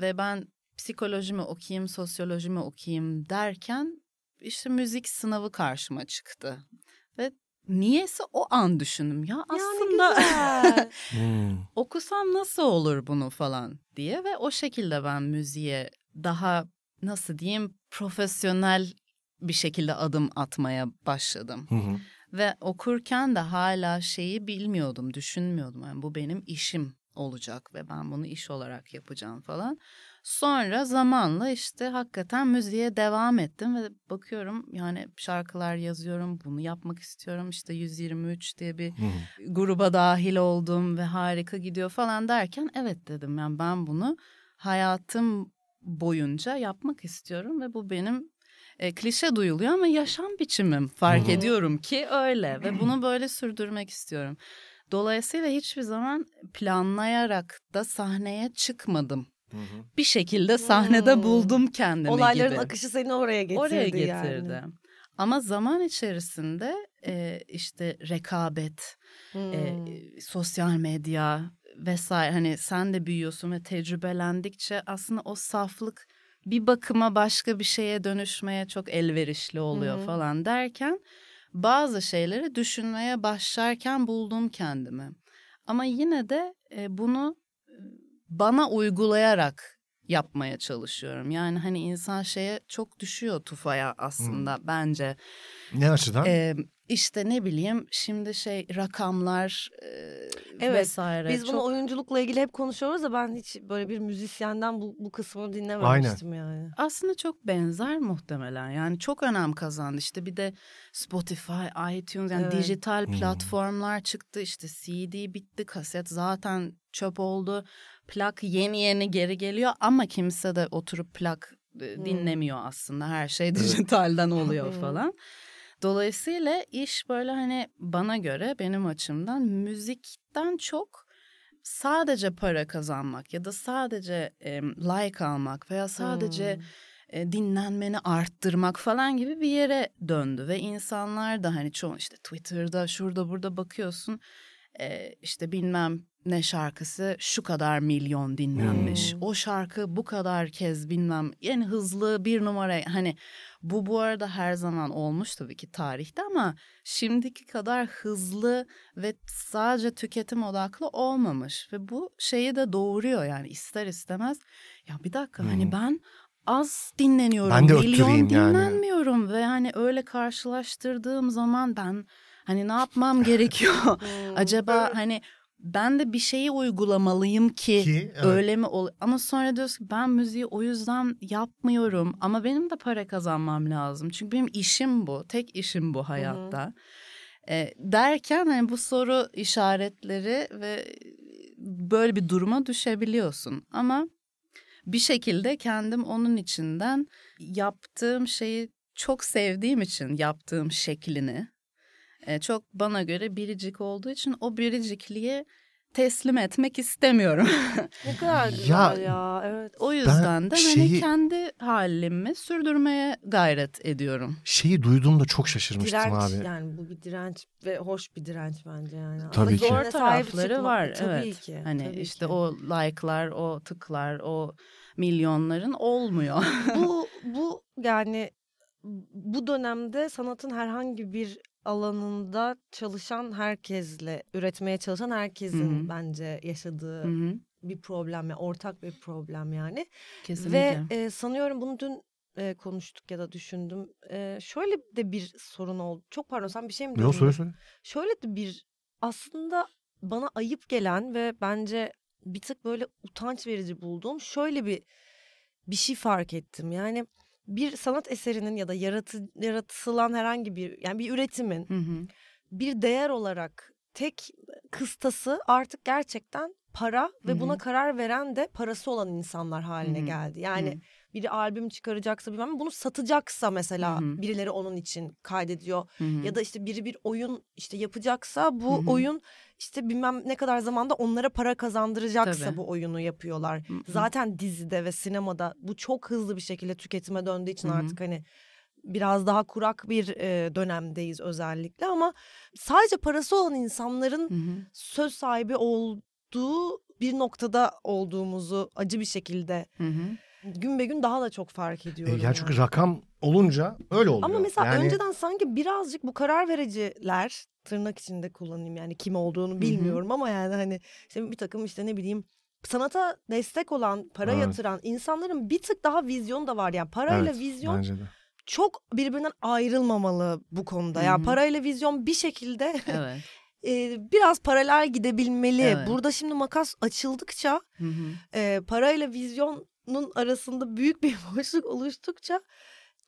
Speaker 6: ve ben psikolojimi okuyayım, sosyolojimi okuyayım derken işte müzik sınavı karşıma çıktı. Ve niyeyse o an düşündüm ya aslında
Speaker 3: güzel.
Speaker 5: Hmm.
Speaker 6: okusam nasıl olur bunu falan diye ve o şekilde ben müziğe daha nasıl diyeyim profesyonel bir şekilde adım atmaya başladım.
Speaker 5: Hı hı.
Speaker 6: Ve okurken de hala şeyi bilmiyordum, düşünmüyordum. Yani bu benim işim olacak ve ben bunu iş olarak yapacağım falan. Sonra zamanla işte hakikaten müziğe devam ettim ve bakıyorum yani şarkılar yazıyorum, bunu yapmak istiyorum. İşte 123 diye bir
Speaker 5: Hı hı.
Speaker 6: gruba dahil oldum ve harika gidiyor falan derken evet dedim yani ben bunu hayatım boyunca yapmak istiyorum ve bu benim e, klişe duyuluyor ama yaşam biçimim fark
Speaker 5: Hı hı.
Speaker 6: ediyorum ki öyle ve bunu böyle sürdürmek istiyorum. Dolayısıyla hiçbir zaman planlayarak da sahneye çıkmadım.
Speaker 5: Hı hı.
Speaker 6: Bir şekilde sahnede
Speaker 3: Hmm.
Speaker 6: buldum kendimi
Speaker 3: Olayların
Speaker 6: gibi.
Speaker 3: akışı seni oraya getirdi
Speaker 6: Oraya
Speaker 3: yani.
Speaker 6: getirdi. E, Ama zaman içerisinde e, işte rekabet,
Speaker 3: Hmm.
Speaker 6: e, sosyal medya vesaire hani sen de büyüyorsun ve tecrübelendikçe aslında o saflık bir bakıma başka bir şeye dönüşmeye çok elverişli oluyor
Speaker 3: Hı hı.
Speaker 6: falan derken bazı şeyleri düşünmeye başlarken buldum kendimi. Ama yine de e, bunu e, bana uygulayarak yapmaya çalışıyorum. Yani hani insan şeye çok düşüyor tufaya aslında bence.
Speaker 5: Ne açıdan?
Speaker 6: Ee, işte ne bileyim şimdi şey rakamlar e,
Speaker 3: Evet,
Speaker 6: vesaire.
Speaker 3: Biz bunu
Speaker 6: çok-
Speaker 3: oyunculukla ilgili hep konuşuyoruz da ben hiç böyle bir müzisyenden bu, bu kısmını dinlememiştim yani.
Speaker 6: aslında çok benzer muhtemelen. Yani çok önem kazandı. İşte bir de Spotify, iTunes yani
Speaker 3: Evet.
Speaker 6: dijital
Speaker 5: Hmm.
Speaker 6: platformlar çıktı. İşte CD bitti, kaset zaten çöp oldu. Plak yeni yeni geri geliyor ama kimse de oturup plak e,
Speaker 3: Hmm.
Speaker 6: dinlemiyor aslında. Her şey dijitalden oluyor
Speaker 3: Hmm.
Speaker 6: falan. Dolayısıyla iş böyle hani bana göre benim açımdan müzikten çok sadece para kazanmak ya da sadece e, like almak veya sadece
Speaker 3: Hmm.
Speaker 6: e, dinlenmeni arttırmak falan gibi bir yere döndü ve insanlar da hani çoğu işte Twitter'da şurada burada bakıyorsun e, işte bilmem ne şarkısı şu kadar milyon dinlenmiş.
Speaker 3: Hmm.
Speaker 6: O şarkı bu kadar kez bilmem en hızlı bir numara hani bu bu arada her zaman olmuş tabii ki tarihte ama şimdiki kadar hızlı ve sadece tüketim odaklı olmamış ve bu şeyi de doğuruyor yani ister istemez ya bir dakika
Speaker 5: Hmm.
Speaker 6: hani ben az dinleniyorum
Speaker 5: Ben de
Speaker 6: milyon
Speaker 5: öttüreyim yani.
Speaker 6: dinlenmiyorum ve hani öyle karşılaştırdığım zaman ben hani ne yapmam gerekiyor
Speaker 3: Hmm.
Speaker 6: acaba hani ben de bir şeyi uygulamalıyım ki,
Speaker 5: Ki, evet.
Speaker 6: öyle mi ol ama sonra diyorsun ki ben müziği o yüzden yapmıyorum ama benim de para kazanmam lazım çünkü benim işim bu tek işim bu hayatta E, derken hani bu soru işaretleri ve e, böyle bir duruma düşebiliyorsun ama bir şekilde kendim onun içinden yaptığım şeyi çok sevdiğim için yaptığım şeklini e, çok bana göre biricik olduğu için o biricikliği teslim etmek istemiyorum.
Speaker 3: Ne kadar güzel ya. Evet.
Speaker 6: o yüzden de hani
Speaker 5: şeyi-
Speaker 6: kendi halimi sürdürmeye gayret ediyorum.
Speaker 5: Şeyi duyduğumda çok şaşırmıştım
Speaker 3: Direnç
Speaker 5: abi.
Speaker 3: yani bu bir direnç ve hoş bir direnç bence yani.
Speaker 5: Tabii
Speaker 3: Ama
Speaker 5: ki.
Speaker 3: zoruna
Speaker 6: Zor
Speaker 3: sahip
Speaker 6: tarafları
Speaker 3: çıkmak-
Speaker 6: var
Speaker 3: Tabii
Speaker 6: evet.
Speaker 3: ki.
Speaker 6: hani
Speaker 3: tabii
Speaker 6: işte
Speaker 3: ki.
Speaker 6: o like'lar, o tıklar, o milyonların olmuyor.
Speaker 3: bu bu yani bu dönemde sanatın herhangi bir alanında çalışan herkesle üretmeye çalışan herkesin
Speaker 6: Hı hı.
Speaker 3: bence yaşadığı
Speaker 6: Hı hı,
Speaker 3: bir problem ya ortak bir problem yani.
Speaker 6: Kesinlikle.
Speaker 3: Ve e, sanıyorum bunu dün e, konuştuk ya da düşündüm. E, şöyle de bir sorun oldu. Çok pardon sen bir şey mi diyordun?
Speaker 5: Yok söyle söyle.
Speaker 3: Şöyle de bir aslında bana ayıp gelen ve bence bir tık böyle utanç verici bulduğum şöyle bir bir şey fark ettim. Yani bir sanat eserinin ya da yaratı, yaratılan herhangi bir yani bir üretimin
Speaker 6: Hı hı.
Speaker 3: bir değer olarak tek kıstası artık gerçekten para ve
Speaker 6: Hı hı.
Speaker 3: buna karar veren de parası olan insanlar haline
Speaker 6: Hı hı.
Speaker 3: geldi. Yani biri albüm çıkaracaksa bilmem ne, bunu satacaksa mesela
Speaker 6: Hı hı.
Speaker 3: birileri onun için kaydediyor
Speaker 6: Hı hı.
Speaker 3: ya da işte biri bir oyun işte yapacaksa bu
Speaker 6: Hı hı.
Speaker 3: oyun işte bilmem ne kadar zamanda onlara para kazandıracaksa
Speaker 6: Tabii.
Speaker 3: bu oyunu yapıyorlar.
Speaker 6: Hı hı.
Speaker 3: Zaten dizide ve sinemada bu çok hızlı bir şekilde tüketime döndüğü için
Speaker 6: Hı hı.
Speaker 3: artık hani biraz daha kurak bir e, dönemdeyiz özellikle ama sadece parası olan insanların
Speaker 6: Hı hı.
Speaker 3: söz sahibi olduğu bir noktada olduğumuzu acı bir şekilde
Speaker 6: Hı hı.
Speaker 3: gün be gün daha da çok fark
Speaker 5: E,
Speaker 3: ediyorum.
Speaker 5: ya
Speaker 3: yani.
Speaker 5: çünkü rakam olunca öyle oluyor.
Speaker 3: Ama mesela
Speaker 5: Yani
Speaker 3: önceden sanki birazcık bu karar vericiler tırnak içinde kullanayım yani kim olduğunu bilmiyorum ama yani hani işte bir takım işte ne bileyim sanata destek olan, para
Speaker 5: Evet.
Speaker 3: yatıran insanların bir tık daha vizyonu da var. Yani parayla
Speaker 5: evet,
Speaker 3: vizyon
Speaker 5: bence de.
Speaker 3: çok birbirinden ayrılmamalı bu konuda.
Speaker 6: Hı
Speaker 3: Yani
Speaker 6: hı.
Speaker 3: parayla vizyon bir şekilde
Speaker 6: Evet.
Speaker 3: e, biraz paralel gidebilmeli.
Speaker 6: Evet.
Speaker 3: Burada şimdi makas açıldıkça
Speaker 6: Hı hı.
Speaker 3: e, parayla vizyonun arasında büyük bir boşluk oluştukça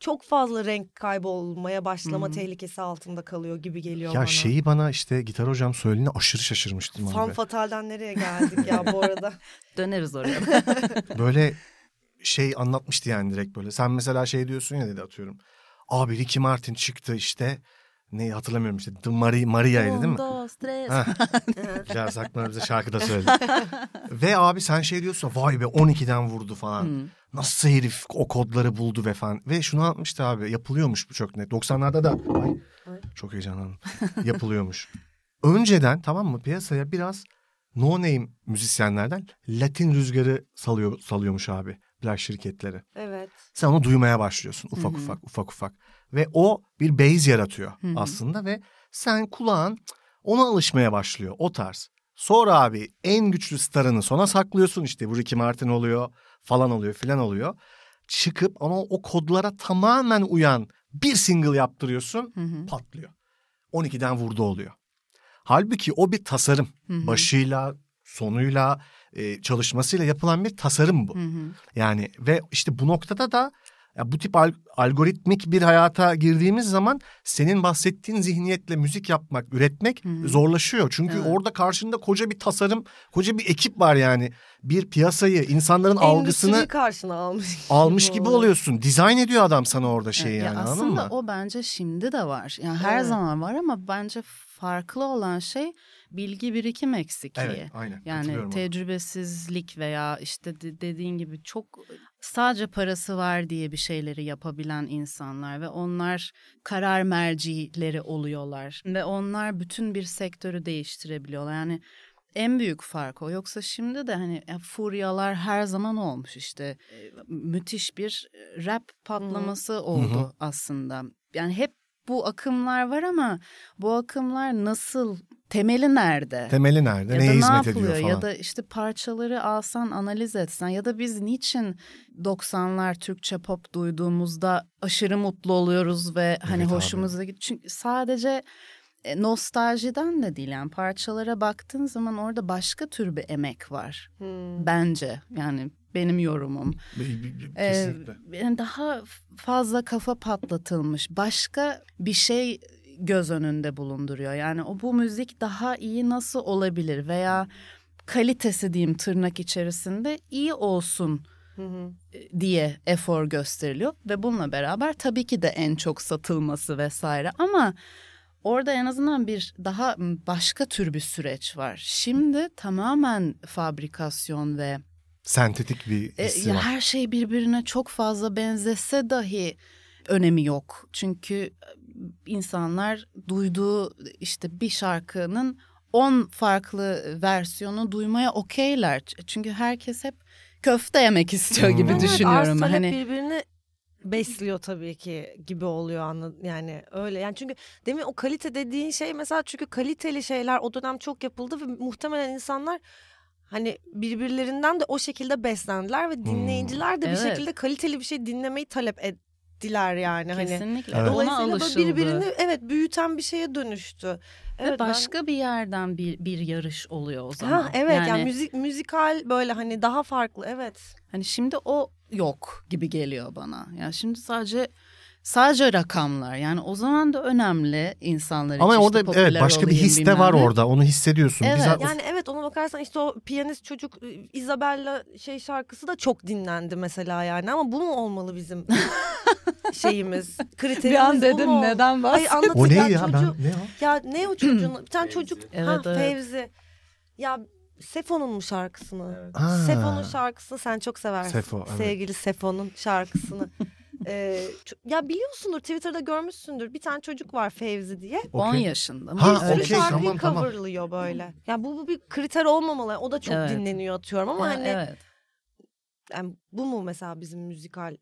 Speaker 3: çok fazla renk kaybolmaya başlama
Speaker 6: Hı hı.
Speaker 3: tehlikesi altında kalıyor gibi geliyor
Speaker 5: Ya şey
Speaker 3: bana.
Speaker 5: şeyi bana işte gitar hocam söylediğinde aşırı şaşırmıştım abi.
Speaker 3: Fan fatalden nereye geldik ya bu arada?
Speaker 6: Döneriz oraya.
Speaker 5: böyle şey anlatmıştı yani direkt böyle. Sen mesela şey diyorsun ya dedi atıyorum. Abi Ricky Martin çıktı işte. Neyi hatırlamıyorum işte. The Maria, Maria'ydı değil mi? Ha. Güzel Sakman bize şarkı da söyledi. ve abi sen şey diyorsun vay be 12'den vurdu falan.
Speaker 6: Hı.
Speaker 5: Nasıl herif o kodları buldu ve falan. Ve şunu anlatmıştı abi yapılıyormuş bu çok net. 90'larda da ay,
Speaker 3: Ay.
Speaker 5: çok heyecanlandım. yapılıyormuş. Önceden tamam mı piyasaya biraz no name müzisyenlerden Latin rüzgarı salıyor, salıyormuş abi plak şirketleri.
Speaker 3: evet.
Speaker 5: Sen onu duymaya başlıyorsun ufak
Speaker 6: Hı hı.
Speaker 5: ufak ufak ufak. Ve o bir base yaratıyor
Speaker 6: Hı hı.
Speaker 5: aslında ve sen kulağın ona alışmaya başlıyor o tarz. Sonra abi en güçlü starını sona saklıyorsun işte bu Ricky Martin oluyor falan oluyor filan oluyor. Çıkıp ama o kodlara tamamen uyan bir single yaptırıyorsun
Speaker 6: Hı hı.
Speaker 5: patlıyor. 12'den vurdu oluyor. Halbuki o bir tasarım.
Speaker 6: Hı hı.
Speaker 5: Başıyla, sonuyla, e, çalışmasıyla yapılan bir tasarım bu.
Speaker 6: Hı hı.
Speaker 5: Yani ve işte bu noktada da ya bu tip al- algoritmik bir hayata girdiğimiz zaman senin bahsettiğin zihniyetle müzik yapmak, üretmek
Speaker 6: Hı hı.
Speaker 5: zorlaşıyor. Çünkü
Speaker 6: Evet.
Speaker 5: orada karşında koca bir tasarım, koca bir ekip var yani. Bir piyasayı, insanların algısını
Speaker 3: Endüstriyi karşına almış.
Speaker 5: almış
Speaker 3: gibi
Speaker 5: gibi
Speaker 3: oluyor.
Speaker 5: oluyorsun. Dizayn ediyor adam sana orada şeyi
Speaker 6: Evet,
Speaker 5: yani
Speaker 6: ya
Speaker 5: anladın
Speaker 6: aslında
Speaker 5: mı?
Speaker 6: o bence şimdi de var. Yani her
Speaker 3: Evet.
Speaker 6: zaman var ama bence farklı olan şey bilgi birikim eksikliği.
Speaker 5: Evet, aynen. Katılıyorum
Speaker 6: Yani
Speaker 5: ona.
Speaker 6: tecrübesizlik veya işte de- dediğin gibi çok sadece parası var diye bir şeyleri yapabilen insanlar ve onlar karar mercileri oluyorlar ve onlar bütün bir sektörü değiştirebiliyorlar. Yani en büyük fark o. Yoksa şimdi de hani ya, furyalar her zaman olmuş işte. E, Müthiş bir e, rap patlaması oldu
Speaker 5: Hı hı.
Speaker 6: aslında. Yani hep bu akımlar var ama bu akımlar nasıl temeli nerede?
Speaker 5: Temeli nerede?
Speaker 6: Ya da
Speaker 5: Neye
Speaker 6: ne
Speaker 5: hizmet
Speaker 6: yapılıyor?
Speaker 5: ediyor falan.
Speaker 6: Ya da işte parçaları alsan analiz etsen ya da biz niçin 90'lar Türkçe pop duyduğumuzda aşırı mutlu oluyoruz ve hani
Speaker 5: Evet abi.
Speaker 6: hoşumuza gidiyor. Çünkü sadece e, nostaljiden de değil yani parçalara baktığın zaman orada başka tür bir emek var
Speaker 3: Hmm.
Speaker 6: bence yani benim yorumum. Ee,
Speaker 2: Kesinlikle.
Speaker 6: yani daha fazla kafa patlatılmış başka bir şey göz önünde bulunduruyor. Yani o bu müzik daha iyi nasıl olabilir veya kalitesi diyeyim tırnak içerisinde iyi olsun
Speaker 3: Hı hı.
Speaker 6: e, diye efor gösteriliyor ve bununla beraber tabii ki de en çok satılması vesaire ama orada en azından bir daha m, başka tür bir süreç var. Şimdi tamamen fabrikasyon ve
Speaker 5: Sentetik bir
Speaker 6: e,
Speaker 5: hissi
Speaker 6: ya
Speaker 5: var.
Speaker 6: her şey birbirine çok fazla benzese dahi önemi yok. Çünkü e, insanlar duyduğu işte bir şarkının 10 farklı versiyonu duymaya okeyler. Ç- Çünkü herkes hep köfte yemek istiyor
Speaker 5: Hmm.
Speaker 6: gibi
Speaker 5: Evet,
Speaker 6: düşünüyorum.
Speaker 3: arz talep
Speaker 6: hani
Speaker 3: birbirini besliyor tabii ki gibi oluyor anla yani öyle yani çünkü demin o kalite dediğin şey mesela çünkü kaliteli şeyler o dönem çok yapıldı ve muhtemelen insanlar hani birbirlerinden de o şekilde beslendiler ve dinleyiciler de bir
Speaker 6: Hmm, Evet.
Speaker 3: şekilde kaliteli bir şey dinlemeyi talep ettiler yani hani
Speaker 6: kesinlikle
Speaker 5: Evet.
Speaker 6: ona
Speaker 3: dolayısıyla böyle
Speaker 6: alışıldı.
Speaker 3: birbirini evet büyüten bir şeye dönüştü.
Speaker 6: Ve
Speaker 3: Evet, ben-
Speaker 6: başka bir yerden bir, bir yarış oluyor o zaman.
Speaker 3: Ha, evet yani, müzik müzikal böyle hani daha farklı evet.
Speaker 6: Hani şimdi o yok gibi geliyor bana. Yani şimdi sadece sadece rakamlar yani o zaman da önemli insanlar için.
Speaker 5: Ama
Speaker 6: işte
Speaker 5: orada
Speaker 6: popüler
Speaker 5: evet başka bir
Speaker 6: olayım,
Speaker 5: his de
Speaker 6: bilmem
Speaker 5: var
Speaker 6: ne.
Speaker 5: orada. Onu hissediyorsun.
Speaker 6: Evet,
Speaker 5: Biz-
Speaker 3: Yani evet ona bakarsan işte o piyanist çocuk e, Isabella şey şarkısı da çok dinlendi mesela yani ama bu mu olmalı bizim şeyimiz kriterimiz
Speaker 6: Bir an
Speaker 3: bu
Speaker 6: dedim
Speaker 3: mu?
Speaker 6: neden
Speaker 3: Ay
Speaker 6: bahsediyorsun?
Speaker 5: O ne
Speaker 3: anlatırken
Speaker 5: ya?
Speaker 3: çocuğu
Speaker 5: Ben ne o?
Speaker 3: ya ne o çocuğun bir tane
Speaker 4: Fevzi.
Speaker 3: çocuk ha,
Speaker 6: Evet, evet.
Speaker 3: Fevzi ya Sefo'nun mu şarkısını?
Speaker 5: Ha.
Speaker 3: Sefo'nun şarkısını sen çok seversin.
Speaker 5: Sefo, evet.
Speaker 3: Sevgili Sefo'nun şarkısını. Ee, ço- ya biliyorsundur Twitter'da görmüşsündür. Bir tane çocuk var Fevzi diye.
Speaker 6: 10
Speaker 5: Okey.
Speaker 6: yaşında mı?
Speaker 5: Ha,
Speaker 3: Bir sürü
Speaker 5: okey,
Speaker 3: şarkıyı
Speaker 5: tamam, tamam.
Speaker 3: coverlıyor böyle. Yani bu, bu bir kriter olmamalı. O da çok
Speaker 6: Evet.
Speaker 3: dinleniyor atıyorum ama
Speaker 6: Ha,
Speaker 3: hani
Speaker 6: Evet.
Speaker 3: yani bu mu mesela bizim müzikal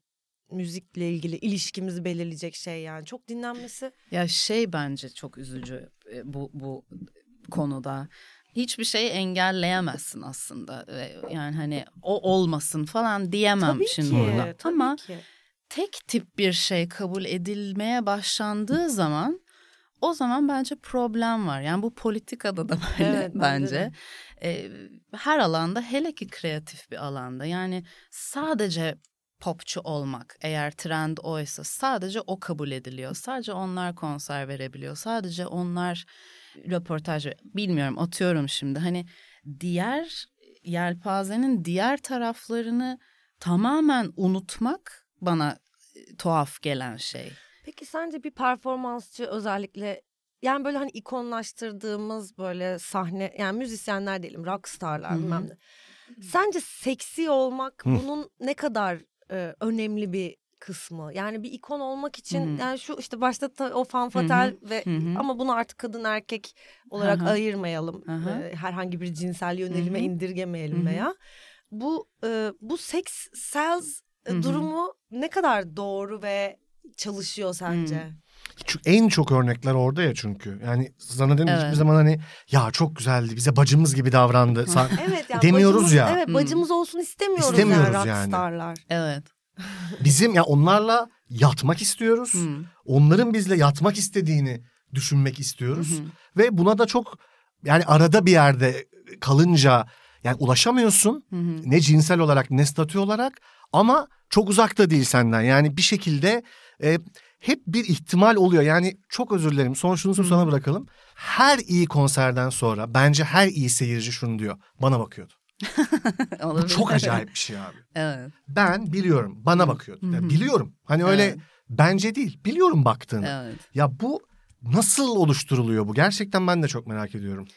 Speaker 3: müzikle ilgili ilişkimizi belirleyecek şey yani çok dinlenmesi.
Speaker 6: Ya şey bence çok üzücü e, bu bu konuda. Hiçbir şeyi engelleyemezsin aslında. Ve Yani hani o olmasın falan diyemem
Speaker 3: tabii
Speaker 6: şimdi
Speaker 3: ki.
Speaker 6: burada.
Speaker 3: Tabii
Speaker 6: Ama
Speaker 3: ki.
Speaker 6: tek tip bir şey kabul edilmeye başlandığı zaman o zaman bence problem var. Yani bu politikada da böyle
Speaker 3: Evet,
Speaker 6: bence.
Speaker 3: bence de.
Speaker 6: Ee, her alanda hele ki kreatif bir alanda yani sadece popçu olmak eğer trend oysa sadece o kabul ediliyor. Sadece onlar konser verebiliyor. Sadece onlar röportaj ver- bilmiyorum atıyorum şimdi hani diğer yelpazenin diğer taraflarını tamamen unutmak bana e, tuhaf gelen şey.
Speaker 3: Peki sence bir performansçı özellikle yani böyle hani ikonlaştırdığımız böyle sahne yani müzisyenler diyelim rockstarlar
Speaker 6: Hı hı.
Speaker 3: bilmem ne. Sence seksi olmak
Speaker 5: Hı.
Speaker 3: bunun ne kadar e, önemli bir kısmı? Yani bir ikon olmak için
Speaker 6: Hı.
Speaker 3: yani şu işte başta ta- o fanfatel ve
Speaker 6: Hı hı.
Speaker 3: ama bunu artık kadın erkek olarak
Speaker 6: Hı hı.
Speaker 3: ayırmayalım.
Speaker 6: Hı hı.
Speaker 3: E, herhangi bir cinsel yönelime
Speaker 6: Hı hı.
Speaker 3: indirgemeyelim
Speaker 6: Hı hı.
Speaker 3: veya bu e, bu seks sells e,
Speaker 6: Hı hı.
Speaker 3: Hmm. durumu ne kadar doğru ve çalışıyor sence?
Speaker 5: Çünkü en çok örnekler orada ya çünkü. Yani zannederim
Speaker 6: Evet.
Speaker 5: hiçbir zaman hani ya çok güzeldi bize bacımız gibi davrandı. Sa-
Speaker 3: Evet yani
Speaker 5: Demiyoruz
Speaker 3: bacımız-
Speaker 5: ya.
Speaker 3: Evet
Speaker 6: Hmm.
Speaker 3: bacımız olsun istemiyoruz,
Speaker 5: İstemiyoruz
Speaker 3: yani
Speaker 5: yani.
Speaker 3: rockstarlar.
Speaker 6: Evet.
Speaker 5: Bizim ya onlarla yatmak istiyoruz.
Speaker 6: Hmm.
Speaker 5: Onların bizle yatmak istediğini düşünmek istiyoruz.
Speaker 6: Hı hı.
Speaker 5: Ve buna da çok yani arada bir yerde kalınca yani ulaşamıyorsun.
Speaker 6: Hı hı.
Speaker 5: Ne cinsel olarak ne statü olarak ama çok uzakta değil senden. Yani bir şekilde e, hep bir ihtimal oluyor. Yani çok özür dilerim son şunu sana bırakalım. Her iyi konserden sonra bence her iyi seyirci şunu diyor. Bana bakıyordu. Bu
Speaker 6: Olabilir.
Speaker 5: çok acayip bir şey abi.
Speaker 6: Evet.
Speaker 5: Ben biliyorum bana bakıyordu.
Speaker 6: Hı hı.
Speaker 5: Yani biliyorum hani öyle
Speaker 6: Evet.
Speaker 5: bence değil biliyorum baktığını.
Speaker 6: Evet.
Speaker 5: Ya bu nasıl oluşturuluyor bu? Gerçekten ben de çok merak ediyorum.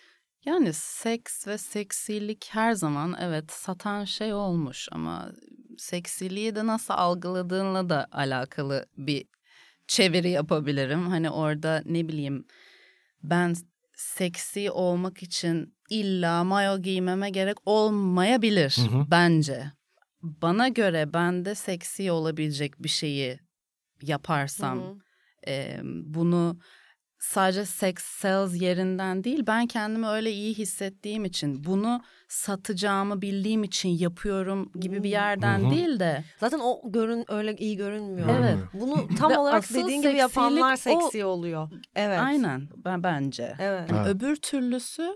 Speaker 6: Yani seks ve seksilik her zaman evet satan şey olmuş ama seksiliği de nasıl algıladığınla da alakalı bir çeviri yapabilirim. Hani orada ne bileyim ben seksi olmak için illa mayo giymeme gerek olmayabilir
Speaker 5: Hı hı.
Speaker 6: bence. Bana göre ben de seksi olabilecek bir şeyi yaparsam
Speaker 3: Hı.
Speaker 6: e, bunu sadece sex sales yerinden değil ben kendimi öyle iyi hissettiğim için bunu satacağımı bildiğim için yapıyorum gibi bir yerden
Speaker 5: Hı hı.
Speaker 6: değil de
Speaker 3: Zaten o görün öyle iyi görünmüyor.
Speaker 5: Evet.
Speaker 6: evet
Speaker 3: Bunu tam
Speaker 6: Ve
Speaker 3: olarak
Speaker 6: asıl
Speaker 3: dediğin gibi yapanlar
Speaker 6: seksilik o-
Speaker 3: seksi oluyor. Evet.
Speaker 6: aynen ben bence
Speaker 3: Evet.
Speaker 5: Evet.
Speaker 6: Yani öbür türlüsü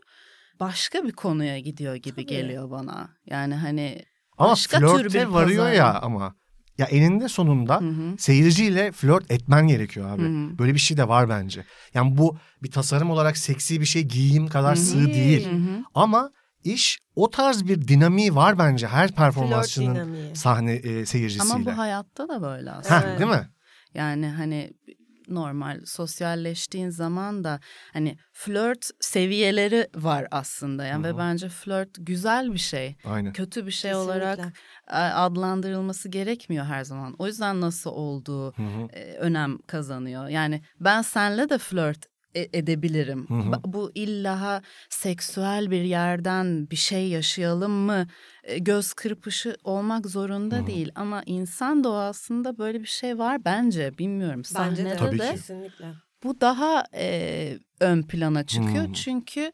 Speaker 6: başka bir konuya gidiyor gibi
Speaker 3: Tabii.
Speaker 6: geliyor bana yani hani
Speaker 5: Ama
Speaker 6: Başka tür
Speaker 5: flörte
Speaker 6: bir
Speaker 5: varıyor
Speaker 6: pazar.
Speaker 5: ya ama. Ya eninde sonunda
Speaker 6: hı hı.
Speaker 5: seyirciyle flört etmen gerekiyor abi.
Speaker 6: Hı hı.
Speaker 5: Böyle bir şey de var bence. Yani bu bir tasarım olarak seksi bir şey giyeyim kadar
Speaker 6: Hı hı.
Speaker 5: sığ değil.
Speaker 6: Hı hı.
Speaker 5: Ama iş o tarz bir dinamiği var bence her
Speaker 3: Flört
Speaker 5: performansçının
Speaker 3: dinamiği.
Speaker 5: sahne e,
Speaker 6: ama
Speaker 5: seyircisiyle.
Speaker 6: bu hayatta da böyle aslında.
Speaker 5: Heh,
Speaker 3: Evet.
Speaker 5: Değil mi?
Speaker 6: Yani hani normal sosyalleştiğin zaman da hani flört seviyeleri var aslında yani ve bence flört güzel bir şey.
Speaker 5: Aynen.
Speaker 6: Kötü bir şey
Speaker 3: Kesinlikle.
Speaker 6: olarak e, adlandırılması gerekmiyor her zaman. O yüzden nasıl olduğu
Speaker 5: Hı hı.
Speaker 6: e, önem kazanıyor. Yani ben senle de flört e- edebilirim.
Speaker 5: hı.
Speaker 6: Ba- Bu illa ha seksüel bir yerden bir şey yaşayalım mı? e, Göz kırpışı olmak zorunda değil ama insan doğasında böyle bir şey var bence. Bilmiyorum
Speaker 3: Bence de.
Speaker 6: sahnede
Speaker 5: Tabii
Speaker 6: de
Speaker 5: ki.
Speaker 3: Kesinlikle.
Speaker 6: bu daha e, ön plana çıkıyor.
Speaker 5: Hı.
Speaker 6: Çünkü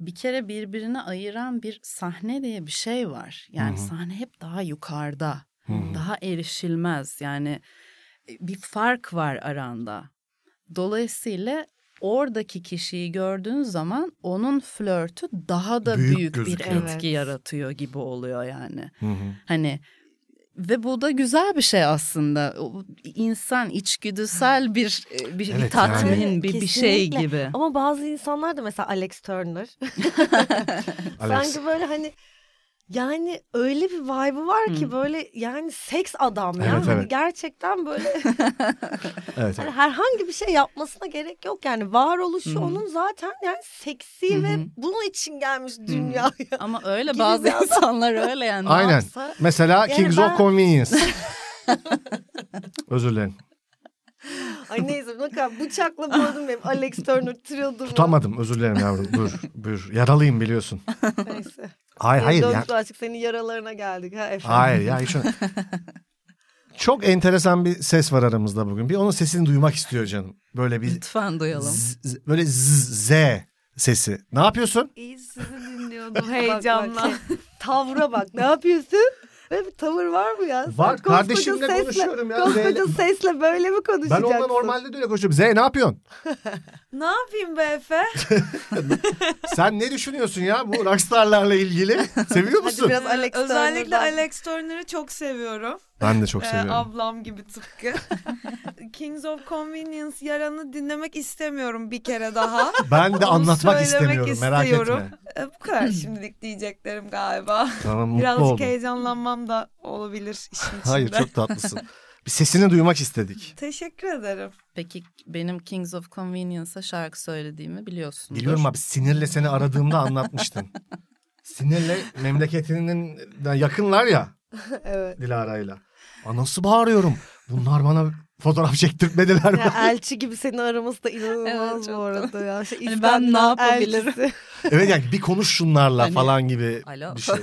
Speaker 6: bir kere birbirine ayıran bir sahne diye bir şey var. Yani sahne hep daha yukarıda. Daha erişilmez. Yani e, bir fark var aranda. Dolayısıyla oradaki kişiyi gördüğün zaman onun flörtü daha da
Speaker 5: Büyük
Speaker 6: büyük, bir
Speaker 5: gözüküyor.
Speaker 6: etki
Speaker 3: Evet.
Speaker 6: yaratıyor gibi oluyor yani.
Speaker 5: Hı hı.
Speaker 6: Hani ve bu da güzel bir şey aslında. O insan içgüdüsel bir e, bir, bir
Speaker 5: Evet,
Speaker 6: tatmin,
Speaker 3: yani.
Speaker 6: bir, bir şey
Speaker 3: Kesinlikle.
Speaker 6: gibi.
Speaker 3: Ama bazı insanlar da mesela Alex Turner.
Speaker 5: Alex.
Speaker 3: Sanki böyle hani yani öyle bir vibe'ı var ki
Speaker 6: Hmm.
Speaker 3: böyle yani seks adam ya.
Speaker 5: Evet,
Speaker 3: Hani
Speaker 5: evet.
Speaker 3: gerçekten böyle
Speaker 5: Evet,
Speaker 3: hani
Speaker 5: evet.
Speaker 3: herhangi bir şey yapmasına gerek yok yani. Varoluşu
Speaker 6: Hı hı.
Speaker 3: onun zaten yani seksi
Speaker 6: Hı hı.
Speaker 3: ve bunun için gelmiş dünyaya.
Speaker 6: Ama öyle
Speaker 3: Gibi
Speaker 6: bazı
Speaker 3: bir adam.
Speaker 6: insanlar öyle yani. ne
Speaker 5: Aynen.
Speaker 6: yapsa-
Speaker 5: Mesela
Speaker 3: Yani
Speaker 5: Kings
Speaker 3: ben-
Speaker 5: of Convenience. Özür dilerim.
Speaker 3: Ay neyse bakın bıçakla boğdum benim Alex Turner tırıldım.
Speaker 5: Tutamadım özür dilerim yavrum. Buyur buyur. Yaralıyım biliyorsun.
Speaker 3: Neyse.
Speaker 5: Hayır hayır ya.
Speaker 3: Açık senin yaralarına geldik ha efendim.
Speaker 5: Hayır ya hiç öyle- Çok enteresan bir ses var aramızda bugün. Bir onun sesini duymak istiyor canım. Böyle bir
Speaker 6: Lütfen duyalım.
Speaker 5: z- z- böyle z, z sesi. Ne yapıyorsun?
Speaker 7: İyi sizi dinliyordum
Speaker 3: Bak,
Speaker 7: heyecanla.
Speaker 3: bak, şey, tavra bak ne yapıyorsun? Böyle bir tavır var mı ya? Sen
Speaker 5: Var,
Speaker 3: koskoca
Speaker 5: kardeşimle
Speaker 3: sesle-
Speaker 5: konuşuyorum ya.
Speaker 3: Koskoca
Speaker 5: Neyle-
Speaker 3: sesle böyle mi
Speaker 5: Ben
Speaker 3: konuşacaksın?
Speaker 5: onunla normalde de öyle konuşuyorum. Z ne yapıyorsun?
Speaker 7: ne yapayım be Efe?
Speaker 5: Sen ne düşünüyorsun ya bu rockstarlarla ilgili? Seviyor
Speaker 3: Hadi
Speaker 5: musun?
Speaker 3: biraz Alex
Speaker 7: Özellikle
Speaker 3: Turner'dan.
Speaker 7: Alex Turner'ı çok seviyorum.
Speaker 5: Ben de çok
Speaker 7: Ee,
Speaker 5: seviyorum.
Speaker 7: ablam gibi tıpkı. Kings of Convenience yaranı dinlemek istemiyorum bir kere daha.
Speaker 5: Ben de
Speaker 7: Onu
Speaker 5: anlatmak
Speaker 7: söylemek
Speaker 5: istemiyorum. Merak
Speaker 7: istiyorum.
Speaker 5: etme.
Speaker 7: Ee, bu kadar şimdilik diyeceklerim galiba.
Speaker 5: Tamam mutlu
Speaker 7: Birazcık
Speaker 5: oldum.
Speaker 7: heyecanlanmam da olabilir işin içinde.
Speaker 5: Hayır çok tatlısın. Bir sesini duymak istedik.
Speaker 7: Teşekkür ederim.
Speaker 6: Peki benim Kings of Convenience'a şarkı söylediğimi biliyorsun.
Speaker 5: Biliyorum abi sinirle seni aradığımda anlatmıştın. Sinirle memleketinin yakınlar ya
Speaker 3: Evet.
Speaker 5: Dilara'yla. Aa, nasıl bağırıyorum? Bunlar bana fotoğraf çektirtmediler mi?
Speaker 3: Ya elçi gibi seni araması da inanılmaz
Speaker 6: Evet, çok
Speaker 3: bu arada ya. Şey,
Speaker 6: Hani ben ne
Speaker 3: İskandinav
Speaker 6: yapabilirim?
Speaker 3: elçisi.
Speaker 5: evet yani bir konuş şunlarla
Speaker 6: Hani-
Speaker 5: falan gibi
Speaker 6: Alo.
Speaker 5: bir şey.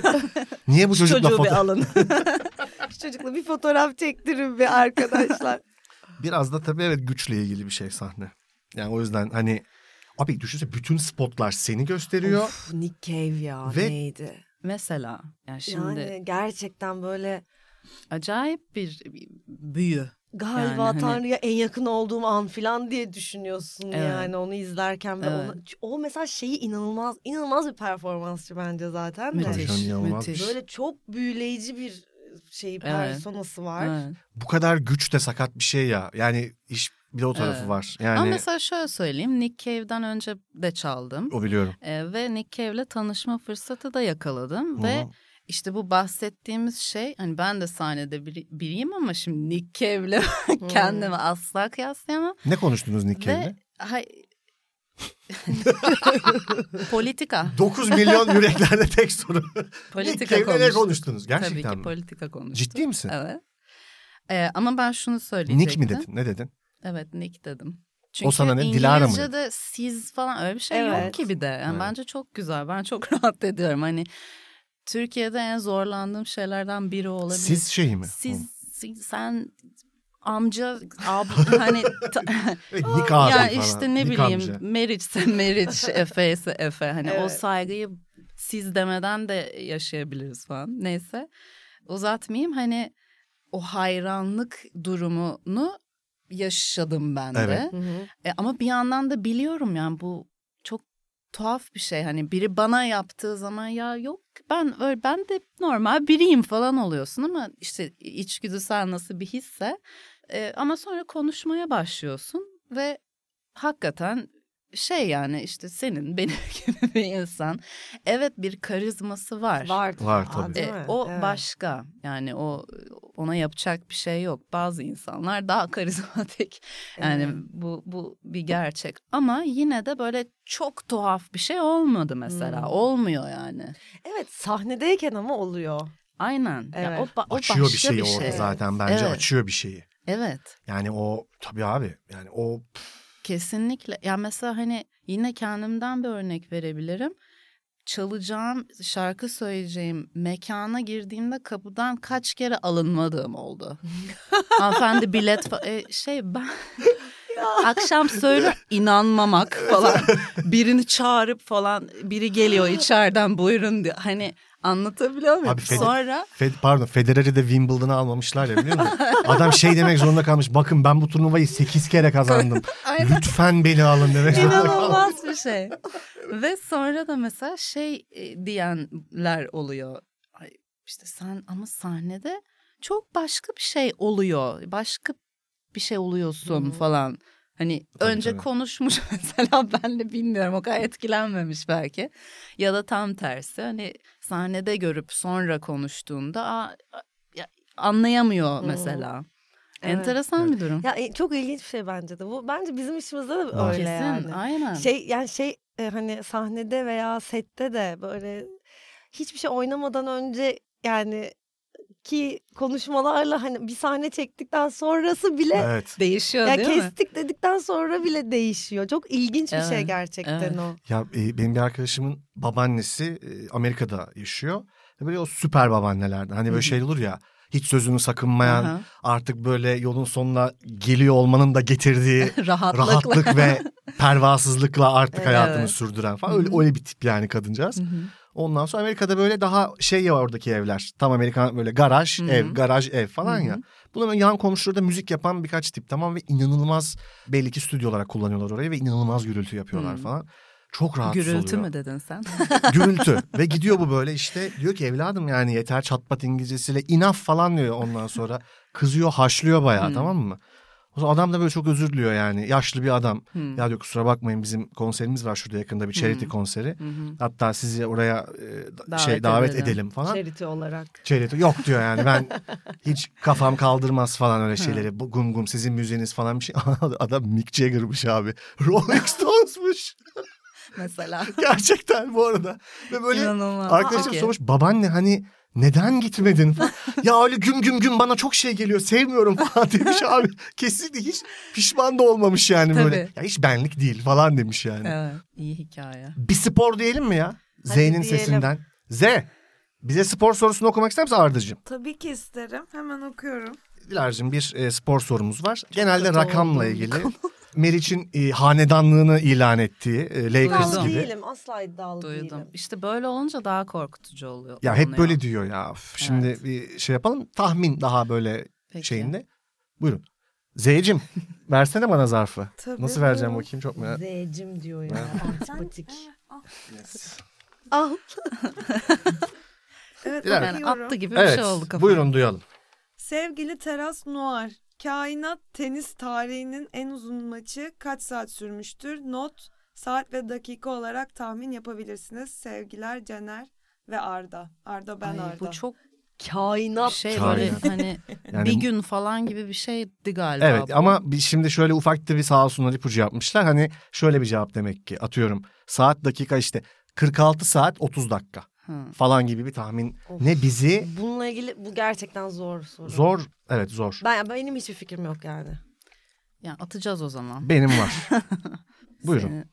Speaker 5: Niye bu çocukla
Speaker 6: Çocuğu bir
Speaker 5: fotoğraf?
Speaker 6: alın.
Speaker 3: Şu çocukla bir fotoğraf çektirin bir arkadaşlar.
Speaker 5: Biraz da tabii evet güçle ilgili bir şey sahne. Yani o yüzden hani abi düşünsene bütün spotlar seni gösteriyor.
Speaker 3: Of, Nick Cave ya
Speaker 5: Ve-
Speaker 3: neydi?
Speaker 6: Mesela yani şimdi
Speaker 3: Yani gerçekten böyle
Speaker 6: acayip bir büyü.
Speaker 3: galiba
Speaker 6: Yani hani-
Speaker 3: Tanrı'ya en yakın olduğum an falan diye düşünüyorsun
Speaker 6: Evet.
Speaker 3: yani onu izlerken. Ve
Speaker 6: Evet.
Speaker 3: ona- o mesela şeyi inanılmaz inanılmaz bir performansçı bence zaten de.
Speaker 5: Tabii
Speaker 6: Müthiş,
Speaker 5: canım, inanılmaz bir
Speaker 6: müthiş.
Speaker 3: Böyle çok büyüleyici bir şey personası var.
Speaker 6: Evet.
Speaker 5: Bu kadar güç de sakat bir şey ya. Yani iş bir de o tarafı
Speaker 6: Evet.
Speaker 5: var. Yani
Speaker 6: Ama mesela şöyle söyleyeyim. Nick Cave'den önce de çaldım.
Speaker 5: o biliyorum.
Speaker 6: Ee, ve Nick Cave'le tanışma fırsatı da yakaladım.
Speaker 5: Hı
Speaker 6: Ve
Speaker 5: hı.
Speaker 6: işte bu bahsettiğimiz şey hani ben de sahnede biri, biriyim ama şimdi Nick Cave'le
Speaker 3: Hmm.
Speaker 6: kendimi asla kıyaslayamam.
Speaker 5: Ne konuştunuz Nick
Speaker 6: Ve
Speaker 5: Cave'le?
Speaker 6: hay... politika.
Speaker 5: 9 milyon yüreklerde tek soru. Nick
Speaker 6: Politika
Speaker 5: Cave'le ne
Speaker 6: konuştuk.
Speaker 5: konuştunuz? Gerçekten
Speaker 6: Tabii ki
Speaker 5: mi?
Speaker 6: politika konuştuk.
Speaker 5: Ciddi misin?
Speaker 6: Evet. Ee, ama ben şunu söyleyecektim.
Speaker 5: Nick mi dedin? Ne dedin?
Speaker 6: Evet Nick dedim.
Speaker 5: sana ne? Dilara mı dedi?
Speaker 6: İngilizce'de siz falan öyle bir şey yok
Speaker 3: Evet.
Speaker 6: ki bir de. Yani
Speaker 5: Evet.
Speaker 6: Bence çok güzel. Ben çok rahat ediyorum. Hani Türkiye'de en zorlandığım şeylerden biri olabilir.
Speaker 5: Siz şey mi?
Speaker 6: Siz, siz- sen amca abi hani ta-
Speaker 5: Evet, E, Nick abi
Speaker 6: ya
Speaker 5: falan.
Speaker 6: işte ne
Speaker 5: Nick
Speaker 6: bileyim
Speaker 5: amca.
Speaker 6: meriçse meriç efe ise efe hani o
Speaker 3: Evet.
Speaker 6: saygıyı siz demeden de yaşayabiliriz falan neyse uzatmayayım hani o hayranlık durumunu yaşadım ben de
Speaker 5: Evet.
Speaker 3: Hı hı.
Speaker 6: E, ama bir yandan da biliyorum yani bu çok tuhaf bir şey hani biri bana yaptığı zaman ya yok ben öyle ben de normal biriyim falan oluyorsun ama işte içgüdüsel nasıl bir hisse E, ama sonra konuşmaya başlıyorsun ve hakikaten şey yani işte senin benim gibi bir insan evet bir karizması var.
Speaker 3: Var.
Speaker 5: Var
Speaker 3: Aa,
Speaker 5: tabii.
Speaker 3: değil
Speaker 6: E,
Speaker 3: mi?
Speaker 6: o
Speaker 3: Evet.
Speaker 6: başka yani o ona yapacak bir şey yok. Bazı insanlar daha karizmatik yani
Speaker 3: Evet.
Speaker 6: bu bu bir gerçek ama yine de böyle çok tuhaf bir şey olmadı mesela.
Speaker 3: Hmm.
Speaker 6: Olmuyor yani.
Speaker 3: Evet sahnedeyken ama oluyor.
Speaker 6: Aynen. Ya
Speaker 3: Evet.
Speaker 6: o, ba- o
Speaker 5: Açıyor bir
Speaker 6: başka şey.
Speaker 5: şeyi orada zaten bence
Speaker 6: Evet.
Speaker 5: açıyor bir şeyi.
Speaker 6: Evet.
Speaker 5: Yani o tabii abi yani o
Speaker 6: Kesinlikle. Ya mesela hani yine kendimden bir örnek verebilirim. Çalacağım, şarkı söyleyeceğim mekana girdiğimde kapıdan kaç kere alınmadığım oldu. Hanımefendi bilet fa- e, şey ben akşam söyle inanmamak falan birini çağırıp falan biri geliyor içeriden buyurun diyor. Hani anlatabiliyor muyum?
Speaker 5: Abi Fede-
Speaker 6: Sonra
Speaker 5: Fed, pardon Federer'i de Wimbledon'a almamışlar ya biliyor musun? Adam şey demek zorunda kalmış. Bakın ben bu turnuvayı 8 kere kazandım.
Speaker 6: Aynen.
Speaker 5: Lütfen beni alın demek zorunda kalmış.
Speaker 6: İnanılmaz bir şey. Ve sonra da mesela şey e, diyenler oluyor. Ay, işte sen ama sahnede çok başka bir şey oluyor. Başka bir şey oluyorsun
Speaker 3: Hı.
Speaker 6: falan. Hani
Speaker 5: Tabii,
Speaker 6: önce
Speaker 5: tabii.
Speaker 6: konuşmuş mesela ben de bilmiyorum o kadar etkilenmemiş belki. Ya da tam tersi hani sahnede görüp sonra konuştuğunda "Aa, ya, anlayamıyor
Speaker 3: Hı.
Speaker 6: mesela.
Speaker 3: Evet.
Speaker 6: Enteresan bir durum.
Speaker 3: Ya e, çok ilginç bir şey bence de. Bu bence bizim işimizde de
Speaker 5: Var.
Speaker 3: öyle yani.
Speaker 6: Kesin aynen.
Speaker 3: Şey yani şey e, hani sahnede veya sette de böyle hiçbir şey oynamadan önce yani ki konuşmalarla hani bir sahne çektikten sonrası bile
Speaker 5: Evet.
Speaker 6: değişiyor
Speaker 3: ya
Speaker 6: değil mi?
Speaker 3: kestik dedikten sonra bile değişiyor. Çok ilginç bir şey
Speaker 6: Evet,
Speaker 3: gerçekten
Speaker 6: evet.
Speaker 3: o.
Speaker 5: Ya e, benim bir arkadaşımın babaannesi e, Amerika'da yaşıyor. Böyle o süper babaannelerden. Hani
Speaker 6: Hı
Speaker 5: böyle
Speaker 6: hı.
Speaker 5: şey olur ya. Hiç sözünü sakınmayan,
Speaker 6: Aha.
Speaker 5: artık böyle yolun sonuna geliyor olmanın da getirdiği
Speaker 6: Rahatlıkla.
Speaker 5: rahatlık ve pervasızlıkla artık
Speaker 3: Evet.
Speaker 5: hayatını sürdüren falan. Öyle,
Speaker 6: Hı hı.
Speaker 5: öyle bir tip yani kadıncağız.
Speaker 6: Hı hı.
Speaker 5: Ondan sonra Amerika'da böyle daha şey ya oradaki evler. Tam Amerikan böyle garaj
Speaker 6: Hı hı.
Speaker 5: ev, garaj ev falan
Speaker 6: Hı hı.
Speaker 5: ya. Bunların yan komşularda müzik yapan birkaç tip tamam ve inanılmaz belli ki stüdyo olarak kullanıyorlar orayı ve inanılmaz gürültü yapıyorlar
Speaker 6: Hı.
Speaker 5: falan. Çok rahatsız
Speaker 6: Gürültü
Speaker 5: oluyor.
Speaker 6: mü dedin sen?
Speaker 5: Gürültü. ve gidiyor bu böyle işte diyor ki evladım yani yeter çatpat İngilizcesiyle inaf falan diyor ondan sonra. Kızıyor haşlıyor bayağı
Speaker 6: Hı.
Speaker 5: tamam mı? O zaman adam da böyle çok özür diliyor yani. Yaşlı bir adam.
Speaker 6: Hı.
Speaker 5: Ya diyor kusura bakmayın bizim konserimiz var şurada yakında bir charity
Speaker 6: Hı.
Speaker 5: konseri.
Speaker 6: Hı hı.
Speaker 5: Hatta sizi oraya e, da-
Speaker 6: Davet
Speaker 5: şey davet
Speaker 6: edelim.
Speaker 5: edelim, falan.
Speaker 3: Charity olarak.
Speaker 5: Çeyret yok diyor yani ben hiç kafam kaldırmaz falan öyle şeyleri. Bu Gum gum sizin müziğiniz falan bir şey. Adam Mick Jagger'mış abi. Rolling Stones'muş.
Speaker 6: Mesela.
Speaker 5: Gerçekten bu arada. Ve böyle
Speaker 6: İnanılmaz.
Speaker 5: arkadaşım
Speaker 6: Peki.
Speaker 5: sormuş babaanne hani neden gitmedin falan. ya öyle güm güm güm bana çok şey geliyor sevmiyorum falan demiş abi. Kesinlikle hiç pişman da olmamış yani böyle.
Speaker 6: Tabii.
Speaker 5: Ya hiç benlik değil falan demiş yani.
Speaker 6: Evet. İyi hikaye.
Speaker 5: Bir spor diyelim mi ya? Z'nin
Speaker 3: diyelim.
Speaker 5: sesinden. Z. Bize spor sorusunu okumak ister misin Arda'cığım?
Speaker 7: Tabii ki isterim. Hemen okuyorum.
Speaker 5: Dilar'cığım bir e, spor sorumuz var. Genelde
Speaker 6: kötü
Speaker 5: rakamla
Speaker 6: oldum bu
Speaker 5: ilgili. Meriç'in e, hanedanlığını ilan ettiği e, Lakers
Speaker 6: Duydum.
Speaker 3: İddialı
Speaker 5: gibi.
Speaker 3: değilim. Asla iddialı
Speaker 6: Duydum.
Speaker 3: değilim.
Speaker 6: İşte böyle olunca daha korkutucu oluyor.
Speaker 5: Ya hep
Speaker 6: oluyor.
Speaker 5: böyle diyor ya. Üf, Şimdi bir şey yapalım. Tahmin daha böyle
Speaker 6: Peki.
Speaker 5: şeyinde. Buyurun. Zeycim versene bana zarfı.
Speaker 7: Tabii.
Speaker 5: Nasıl vereceğim bakayım çok merak
Speaker 3: Z'cim diyor ya. Antipatik.
Speaker 7: Evet
Speaker 5: Dilara.
Speaker 6: Yani
Speaker 7: bakıyorum.
Speaker 6: attı gibi bir
Speaker 5: Evet
Speaker 6: şey oldu kafam.
Speaker 5: buyurun duyalım.
Speaker 7: Sevgili Teras Noir. Kainat tenis tarihinin en uzun maçı kaç saat sürmüştür? Not, saat ve dakika olarak tahmin yapabilirsiniz. Sevgiler Cener ve Arda. Arda ben
Speaker 6: Ay,
Speaker 7: Arda.
Speaker 6: bu çok
Speaker 3: Kainat.
Speaker 6: şey
Speaker 5: Kainat.
Speaker 6: böyle hani
Speaker 5: Yani
Speaker 6: bir gün falan gibi bir şeydi galiba.
Speaker 5: Evet
Speaker 6: bu.
Speaker 5: ama bir- şimdi şöyle ufak da bir sağ olsunlar ipucu yapmışlar. Hani şöyle bir cevap demek ki atıyorum saat dakika işte 46 saat 30 dakika
Speaker 6: Hı.
Speaker 5: falan gibi bir tahmin.
Speaker 3: Of.
Speaker 5: Ne bizi
Speaker 3: Bununla ilgili bu gerçekten zor soru.
Speaker 5: zor evet zor.
Speaker 3: Ben benim hiçbir fikrim yok yani.
Speaker 6: Yani atacağız o zaman.
Speaker 5: Benim var. Buyurun.
Speaker 6: Seni,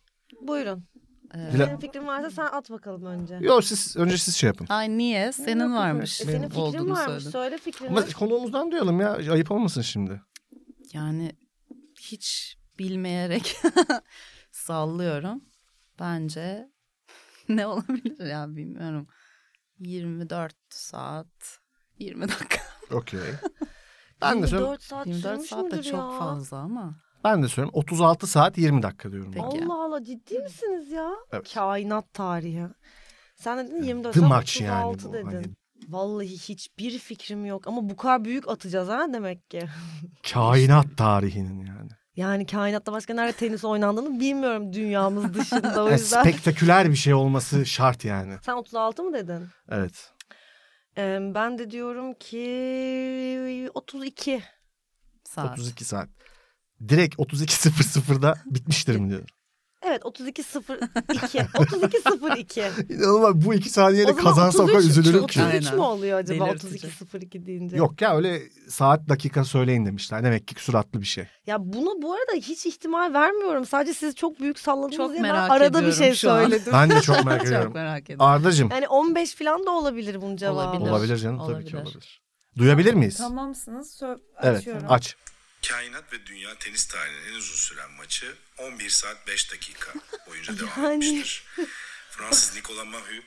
Speaker 3: Buyurun.
Speaker 6: e,
Speaker 5: Dila-
Speaker 3: Senin fikrin varsa sen at bakalım önce.
Speaker 5: Yok siz önce siz şey yapın.
Speaker 6: Ay niye? Senin varmış.
Speaker 3: E, senin fikrin
Speaker 6: olduğunu
Speaker 3: varmış.
Speaker 6: söyledin.
Speaker 3: Söyle fikrini.
Speaker 5: Ama konuğumuzdan duyalım ya ayıp olmasın şimdi.
Speaker 6: Yani hiç bilmeyerek sallıyorum. Bence ne olabilir ya bilmiyorum. 24 saat 20 dakika.
Speaker 5: Okey. Ben de söylüyorum.
Speaker 3: 24 saat
Speaker 6: 24 saat
Speaker 3: sürmüşümdür
Speaker 6: de
Speaker 3: ya.
Speaker 6: çok fazla ama.
Speaker 5: Ben de söylüyorum 36 saat 20 dakika diyorum.
Speaker 6: Peki.
Speaker 3: Allah Allah ciddi misiniz ya?
Speaker 5: Evet.
Speaker 3: Kainat tarihi. Sen dedin 24
Speaker 5: The
Speaker 3: saat
Speaker 5: Match yani
Speaker 3: 36
Speaker 5: bu,
Speaker 3: dedin.
Speaker 5: hani.
Speaker 3: Vallahi hiçbir fikrim yok ama bu kadar büyük atacağız ha demek ki.
Speaker 5: Kainat tarihinin yani.
Speaker 3: Yani kainatta başka nerede tenis oynandığını bilmiyorum dünyamız dışında o
Speaker 5: Yani
Speaker 3: yüzden.
Speaker 5: spektaküler bir şey olması şart yani.
Speaker 3: Sen 36 mı dedin?
Speaker 5: Evet.
Speaker 3: Ee, ben de diyorum ki 32.
Speaker 6: Saat.
Speaker 5: 32 saat. Direkt 32.00'da bitmiştir mi diyor.
Speaker 3: Evet 32 02. 32 02.
Speaker 5: İnanılmaz bu iki
Speaker 3: O
Speaker 5: saniyeyle
Speaker 3: zaman
Speaker 5: kazansa o kadar
Speaker 3: 33
Speaker 5: üzülürüm ki.
Speaker 3: 33
Speaker 6: Aynen.
Speaker 3: mi oluyor acaba
Speaker 6: Delirtici.
Speaker 3: 32 02 deyince?
Speaker 5: Yok ya öyle saat dakika söyleyin demişler. Demek ki süratli bir şey.
Speaker 3: Ya bunu bu arada hiç ihtimal vermiyorum. Sadece siz çok büyük salladınız
Speaker 6: Çok
Speaker 3: diye ben
Speaker 6: merak
Speaker 3: arada bir
Speaker 6: ediyorum
Speaker 3: şey
Speaker 6: şu an.
Speaker 3: söyledim.
Speaker 5: Ben de çok merak
Speaker 6: Çok
Speaker 5: ediyorum.
Speaker 6: merak ediyorum.
Speaker 5: Ardacığım
Speaker 3: Yani 15 falan da olabilir bunun cevabı.
Speaker 6: Olabilir.
Speaker 5: olabilir canım tabii ki
Speaker 6: Olabilir.
Speaker 5: olabilir. Duyabilir miyiz?
Speaker 7: Tamamsınız. Sö-
Speaker 5: Evet
Speaker 7: açıyorum.
Speaker 5: aç.
Speaker 4: Kainat ve dünya tenis tarihinin en uzun süren maçı 11 saat 5 dakika boyunca devam
Speaker 3: Yani.
Speaker 4: etmiştir. Fransız Nicolas Mahut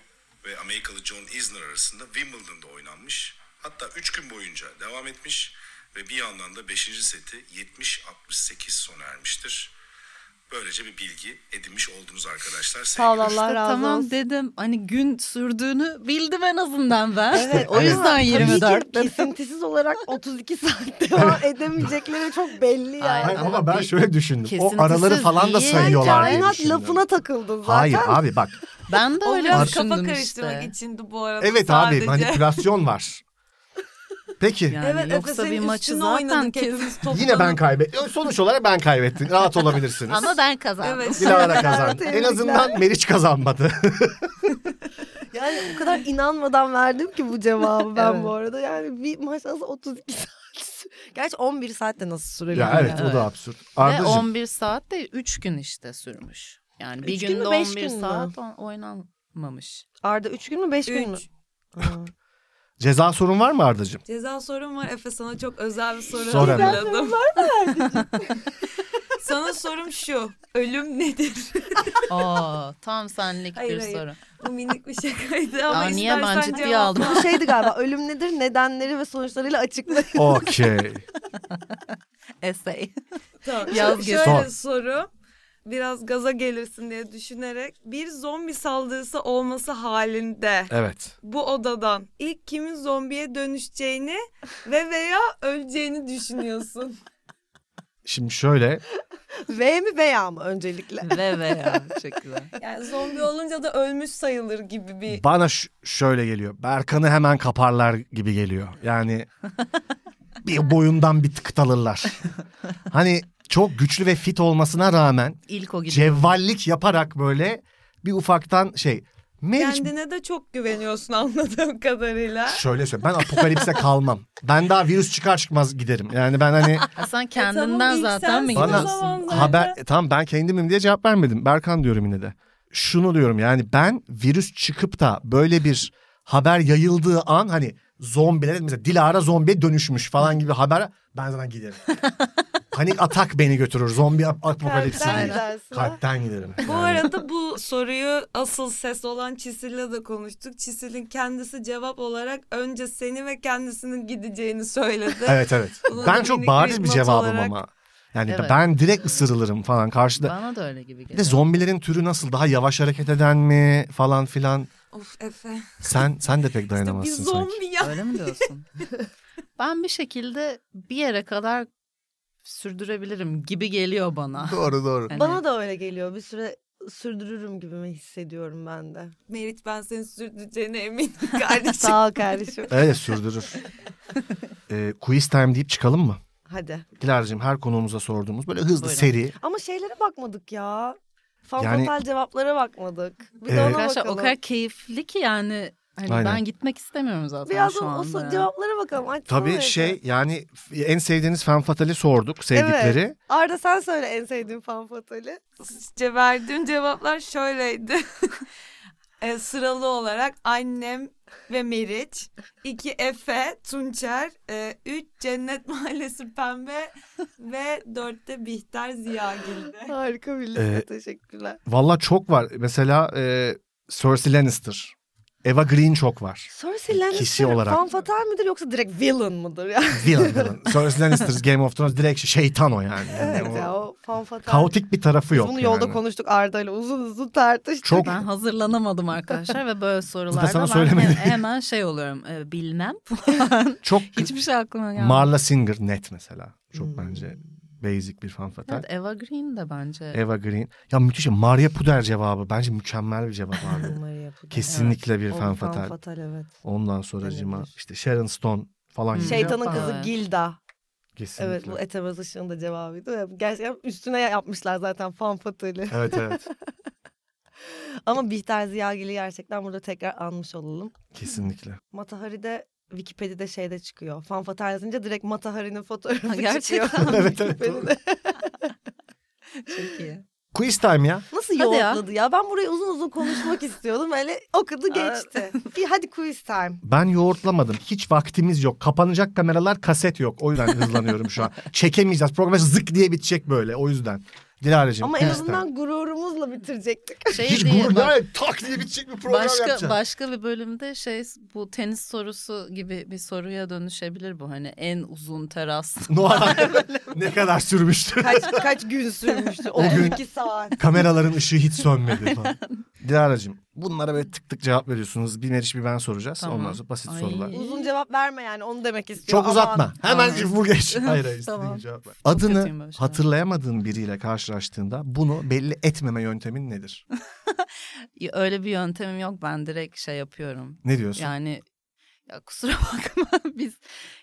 Speaker 4: ve Amerikalı John Isner arasında Wimbledon'da oynanmış. Hatta 3 gün boyunca devam etmiş ve bir yandan da 5. seti 70-68 sona ermiştir. Böylece bir bilgi edinmiş oldunuz arkadaşlar.
Speaker 3: Sağ ol
Speaker 4: Sevgili
Speaker 3: Allah razı
Speaker 6: tamam
Speaker 3: olsun.
Speaker 6: dedim hani gün sürdüğünü bildim en azından ben. Hani
Speaker 3: Evet,
Speaker 6: o yüzden
Speaker 3: Tabii ki
Speaker 6: 24 dedim.
Speaker 3: kesintisiz olarak 32 saat devam edemeyecekleri çok belli yani.
Speaker 5: Hayır,
Speaker 6: Aynen.
Speaker 5: ama
Speaker 6: Ama
Speaker 5: ben
Speaker 6: bir
Speaker 5: şöyle düşündüm. O
Speaker 6: kesintisiz
Speaker 5: araları falan da
Speaker 6: değil.
Speaker 5: sayıyorlar. diye
Speaker 3: Kainat
Speaker 5: düşündüm.
Speaker 3: lafına takıldın zaten.
Speaker 5: Hayır abi bak.
Speaker 6: Ben de
Speaker 7: O
Speaker 6: öyle
Speaker 7: biraz
Speaker 6: düşündüm
Speaker 7: kafa karıştırmak
Speaker 6: işte.
Speaker 7: içindi bu arada
Speaker 5: Evet
Speaker 7: sadece.
Speaker 5: abi hani- manipülasyon var. Peki
Speaker 6: Yani
Speaker 7: Evet Efe
Speaker 6: yoksa bir
Speaker 7: senin
Speaker 6: maçı
Speaker 7: üstüne
Speaker 6: zaten
Speaker 7: oynadık
Speaker 6: kes...
Speaker 7: hepimiz toplanıp.
Speaker 5: yine ben kaybettim. Sonuç olarak ben kaybettim. Rahat olabilirsiniz.
Speaker 6: Ama ben kazandım.
Speaker 7: Evet.
Speaker 5: Dilara kazandı. en
Speaker 3: Tebrikler.
Speaker 5: azından Meriç kazanmadı.
Speaker 3: Yani o kadar inanmadan verdim ki bu cevabı ben
Speaker 6: Evet.
Speaker 3: bu arada. Yani bir maç nasıl 32 saat sü- Gerçi 11 saat de nasıl sürüyor?
Speaker 5: ya evet o
Speaker 6: Evet.
Speaker 5: da absürt.
Speaker 6: Ve
Speaker 5: Ardacığım
Speaker 6: 11 saat de 3 gün işte sürmüş. Yani bir
Speaker 3: Üç gün
Speaker 6: günde
Speaker 3: mü, beş
Speaker 6: 11
Speaker 3: gün mü?
Speaker 6: saat on- oynanmamış.
Speaker 3: Arda 3 gün mü 5 gün mü?
Speaker 7: Üç.
Speaker 3: Aa.
Speaker 5: ceza sorun var mı Ardacığım?
Speaker 7: Ceza sorum var. Efe sana çok özel bir soru
Speaker 5: Sor hemen.
Speaker 7: hazırladım. sana sorum şu. Ölüm nedir?
Speaker 6: Aa, tam senlik
Speaker 7: Hayır,
Speaker 6: bir
Speaker 7: hayır.
Speaker 6: soru.
Speaker 7: Bu minik bir şakaydı ama
Speaker 6: Aa, niye ben
Speaker 7: istersen
Speaker 6: ciddiye
Speaker 7: cevap-
Speaker 6: aldım?
Speaker 3: Bu şeydi galiba ölüm nedir nedenleri ve sonuçlarıyla açıklayın.
Speaker 5: Okey.
Speaker 6: Essay.
Speaker 7: Tamam.
Speaker 6: Yaz
Speaker 7: Şöyle
Speaker 6: geç.
Speaker 5: Sor.
Speaker 7: soru. Biraz gaza gelirsin diye düşünerek bir zombi saldırısı olması halinde
Speaker 5: Evet.
Speaker 7: bu odadan ilk kimin zombiye dönüşeceğini ve veya öleceğini düşünüyorsun.
Speaker 5: Şimdi şöyle
Speaker 3: V mi veya mı öncelikle?
Speaker 6: ve ve ya. Çok güzel.
Speaker 7: Yani zombi olunca da ölmüş sayılır gibi bir
Speaker 5: bana ş- şöyle geliyor. Berkan'ı hemen kaparlar gibi geliyor. Yani bir boyundan bir tık alırlar. Hani çok güçlü ve fit olmasına rağmen
Speaker 6: İlk o gidiyor.
Speaker 5: cevvallik yaparak böyle bir ufaktan şey. Meriç
Speaker 7: kendine de çok güveniyorsun anladığım kadarıyla.
Speaker 5: şöyle söyle ben apokalipse kalmam. Ben daha virüs çıkar çıkmaz giderim. Yani ben hani
Speaker 6: Ha, sen
Speaker 7: E tamam,
Speaker 6: kendinden
Speaker 7: ilk
Speaker 6: zaten mi
Speaker 7: sensin o
Speaker 5: Bana-
Speaker 6: gidiyorsun?
Speaker 7: zaman zaten.
Speaker 5: haber e, tamam ben kendimim diye cevap vermedim. Berkan diyorum yine de. Şunu diyorum yani ben virüs çıkıp da böyle bir haber yayıldığı an hani zombiler mesela Dilara zombiye dönüşmüş falan gibi haber ben zaten giderim. Panik atak beni götürür zombi ap- apokalipsi
Speaker 7: Kalpten
Speaker 5: değil.
Speaker 7: gidersin, ha?
Speaker 5: Kalpten giderim.
Speaker 7: Bu
Speaker 5: Yani
Speaker 7: arada bu soruyu asıl ses olan Çisil'le de konuştuk. Çisil'in kendisi cevap olarak önce seni ve kendisinin gideceğini söyledi.
Speaker 5: Evet evet.
Speaker 7: Bunu
Speaker 5: ben
Speaker 7: da
Speaker 5: çok
Speaker 7: minik
Speaker 5: bariz
Speaker 7: bir
Speaker 5: bir
Speaker 7: not
Speaker 5: cevabım
Speaker 7: olarak-
Speaker 5: ama. Yani
Speaker 6: Evet.
Speaker 5: ben direkt ısırılırım falan karşıda.
Speaker 6: Bana da öyle gibi
Speaker 5: Bir de
Speaker 6: geliyor.
Speaker 5: zombilerin türü nasıl? Daha yavaş hareket eden mi falan filan.
Speaker 7: Of Efe.
Speaker 5: Sen sen de pek
Speaker 7: İşte bir
Speaker 5: dayanamazsın sanki.
Speaker 7: zombi ya.
Speaker 6: Öyle mi diyorsun? ben bir şekilde bir yere kadar sürdürebilirim gibi geliyor bana.
Speaker 5: Doğru doğru.
Speaker 6: Hani-
Speaker 3: Bana da öyle geliyor. Bir süre sürdürürüm gibi mi hissediyorum ben de.
Speaker 7: Merit ben seni sürdüreceğine eminim kardeşim.
Speaker 3: Sağ ol kardeşim.
Speaker 5: Evet sürdürür. ee, quiz time deyip çıkalım mı?
Speaker 3: Hadi.
Speaker 5: Dilara'cığım her konuğumuza sorduğumuz böyle hızlı
Speaker 6: Buyurun.
Speaker 5: seri.
Speaker 3: Ama şeylere bakmadık ya. Fantasal
Speaker 5: Yani-
Speaker 3: cevaplara bakmadık. Bir
Speaker 5: Ee,
Speaker 3: de ona
Speaker 6: Arkadaşlar o
Speaker 3: bakalım.
Speaker 6: kadar keyifli ki yani hani
Speaker 5: Aynen.
Speaker 6: ben gitmek istemiyorum zaten
Speaker 3: Biraz
Speaker 6: şu
Speaker 3: o, o
Speaker 6: anda.
Speaker 3: so- cevaplara bakalım. Açsana
Speaker 5: Tabii
Speaker 3: Efe.
Speaker 5: şey yani f- en sevdiğiniz fan fatali sorduk sevdikleri.
Speaker 3: Evet. Arda sen söyle en sevdiğin fan fatali.
Speaker 7: İşte verdiğim cevaplar şöyleydi. E, sıralı olarak annem ve Meriç. iki Efe, Tunçer. E, üç Cennet Mahallesi Pembe. ve dörtte Bihter Ziyagil'di.
Speaker 3: Harika bir liste.
Speaker 5: Ee,
Speaker 3: Teşekkürler.
Speaker 5: Valla çok var. Mesela e, Cersei Lannister. Eva Green çok var.
Speaker 3: Cersei Lannister
Speaker 5: Kişi olarak.
Speaker 3: fan fatal midir yoksa direkt villain mıdır? ya?
Speaker 5: Villain villain. Cersei Lannister Game of Thrones direkt şey, şeytan o yani. Yani
Speaker 3: evet
Speaker 5: o
Speaker 3: ya o fan fatal.
Speaker 5: Kaotik bir tarafı
Speaker 3: Biz
Speaker 5: yok
Speaker 3: bunu yolda
Speaker 5: yani.
Speaker 3: konuştuk Arda ile uzun uzun tartıştık.
Speaker 5: Çok
Speaker 6: Ben hazırlanamadım arkadaşlar ve böyle sorularda
Speaker 5: sana
Speaker 6: ben
Speaker 5: söylemedim.
Speaker 6: he- hemen şey oluyorum e, bilmem falan.
Speaker 5: çok
Speaker 6: Hiçbir şey aklıma gelmedi.
Speaker 5: Marla Singer net mesela. Çok
Speaker 3: Hmm.
Speaker 5: bence basic bir fan fatal.
Speaker 6: Evet, Eva Green de bence.
Speaker 5: Eva Green. Ya müthiş. Maria Puder cevabı. Bence mükemmel bir cevap abi. Kesinlikle bir fan fatal.
Speaker 3: evet.
Speaker 5: Ondan sonracıma
Speaker 3: Denebilir.
Speaker 5: işte Sharon Stone falan. gibi.
Speaker 3: Hmm. Şeytanın
Speaker 6: Yapma.
Speaker 3: kızı
Speaker 6: Evet.
Speaker 3: Gilda.
Speaker 5: Kesinlikle.
Speaker 3: Evet bu Etemez Işık'ın da cevabıydı. Ve Gerçekten üstüne yapmışlar zaten fan fatali.
Speaker 5: Evet evet.
Speaker 3: Ama Bihter Ziyagil'i gerçekten burada tekrar anmış olalım.
Speaker 5: Kesinlikle.
Speaker 3: Matahari'de Wikipedia'da şeyde çıkıyor. Fan fatal yazınca direkt Matahari'nin
Speaker 6: Ha,
Speaker 3: fotoğrafı
Speaker 6: gerçekten
Speaker 3: çıkıyor.
Speaker 6: mi?
Speaker 5: evet evet. doğru.
Speaker 3: Wikipedia'da.
Speaker 6: çok iyi.
Speaker 5: Quiz time ya.
Speaker 3: Nasıl
Speaker 6: Hadi ya.
Speaker 3: yoğurtladı ya? Ben burayı uzun uzun konuşmak istiyordum. Öyle okudu geçti. Bir hadi quiz time.
Speaker 5: Ben yoğurtlamadım. Hiç vaktimiz yok. Kapanacak kameralar kaset yok. O yüzden hızlanıyorum şu an. Çekemeyeceğiz. Program zık diye bitecek böyle. O yüzden. Dilara'cığım.
Speaker 3: Ama en
Speaker 5: quiz time.
Speaker 3: azından gururumuzla bitirecektik.
Speaker 6: Şey
Speaker 5: Hiç
Speaker 6: diye-
Speaker 5: gurur
Speaker 6: bak-
Speaker 5: yani tak diye bitecek bir program
Speaker 6: başka
Speaker 5: yapacağız.
Speaker 6: başka bir bölümde şey bu tenis sorusu gibi bir soruya dönüşebilir bu hani en uzun teras.
Speaker 5: Noah ne kadar sürmüştü.
Speaker 3: Kaç, kaç gün sürmüştü?
Speaker 5: O gün-
Speaker 3: 12 saat.
Speaker 5: Kameraların ışığı hiç sönmedi falan. Dilara'cığım bunlara böyle tık tık cevap veriyorsunuz. Bir Meriç bir ben soracağız.
Speaker 6: Tamam.
Speaker 5: Ondan sonra basit
Speaker 6: Ay.
Speaker 5: sorular.
Speaker 3: Uzun cevap verme yani onu demek istiyorum.
Speaker 5: Çok uzatma.
Speaker 3: Aman.
Speaker 5: Hemen
Speaker 6: Tamam.
Speaker 5: vur geç. Hayır hayır istediğin
Speaker 6: Tamam.
Speaker 5: cevap ver.
Speaker 6: Çok kötüyüm
Speaker 5: Adını
Speaker 6: böyle şeyler.
Speaker 5: hatırlayamadığın biriyle karşılaştığında bunu belli etmeme yöntemin nedir?
Speaker 6: Öyle bir yöntemim yok ben direkt şey yapıyorum.
Speaker 5: Ne diyorsun?
Speaker 6: Yani ya kusura bakma biz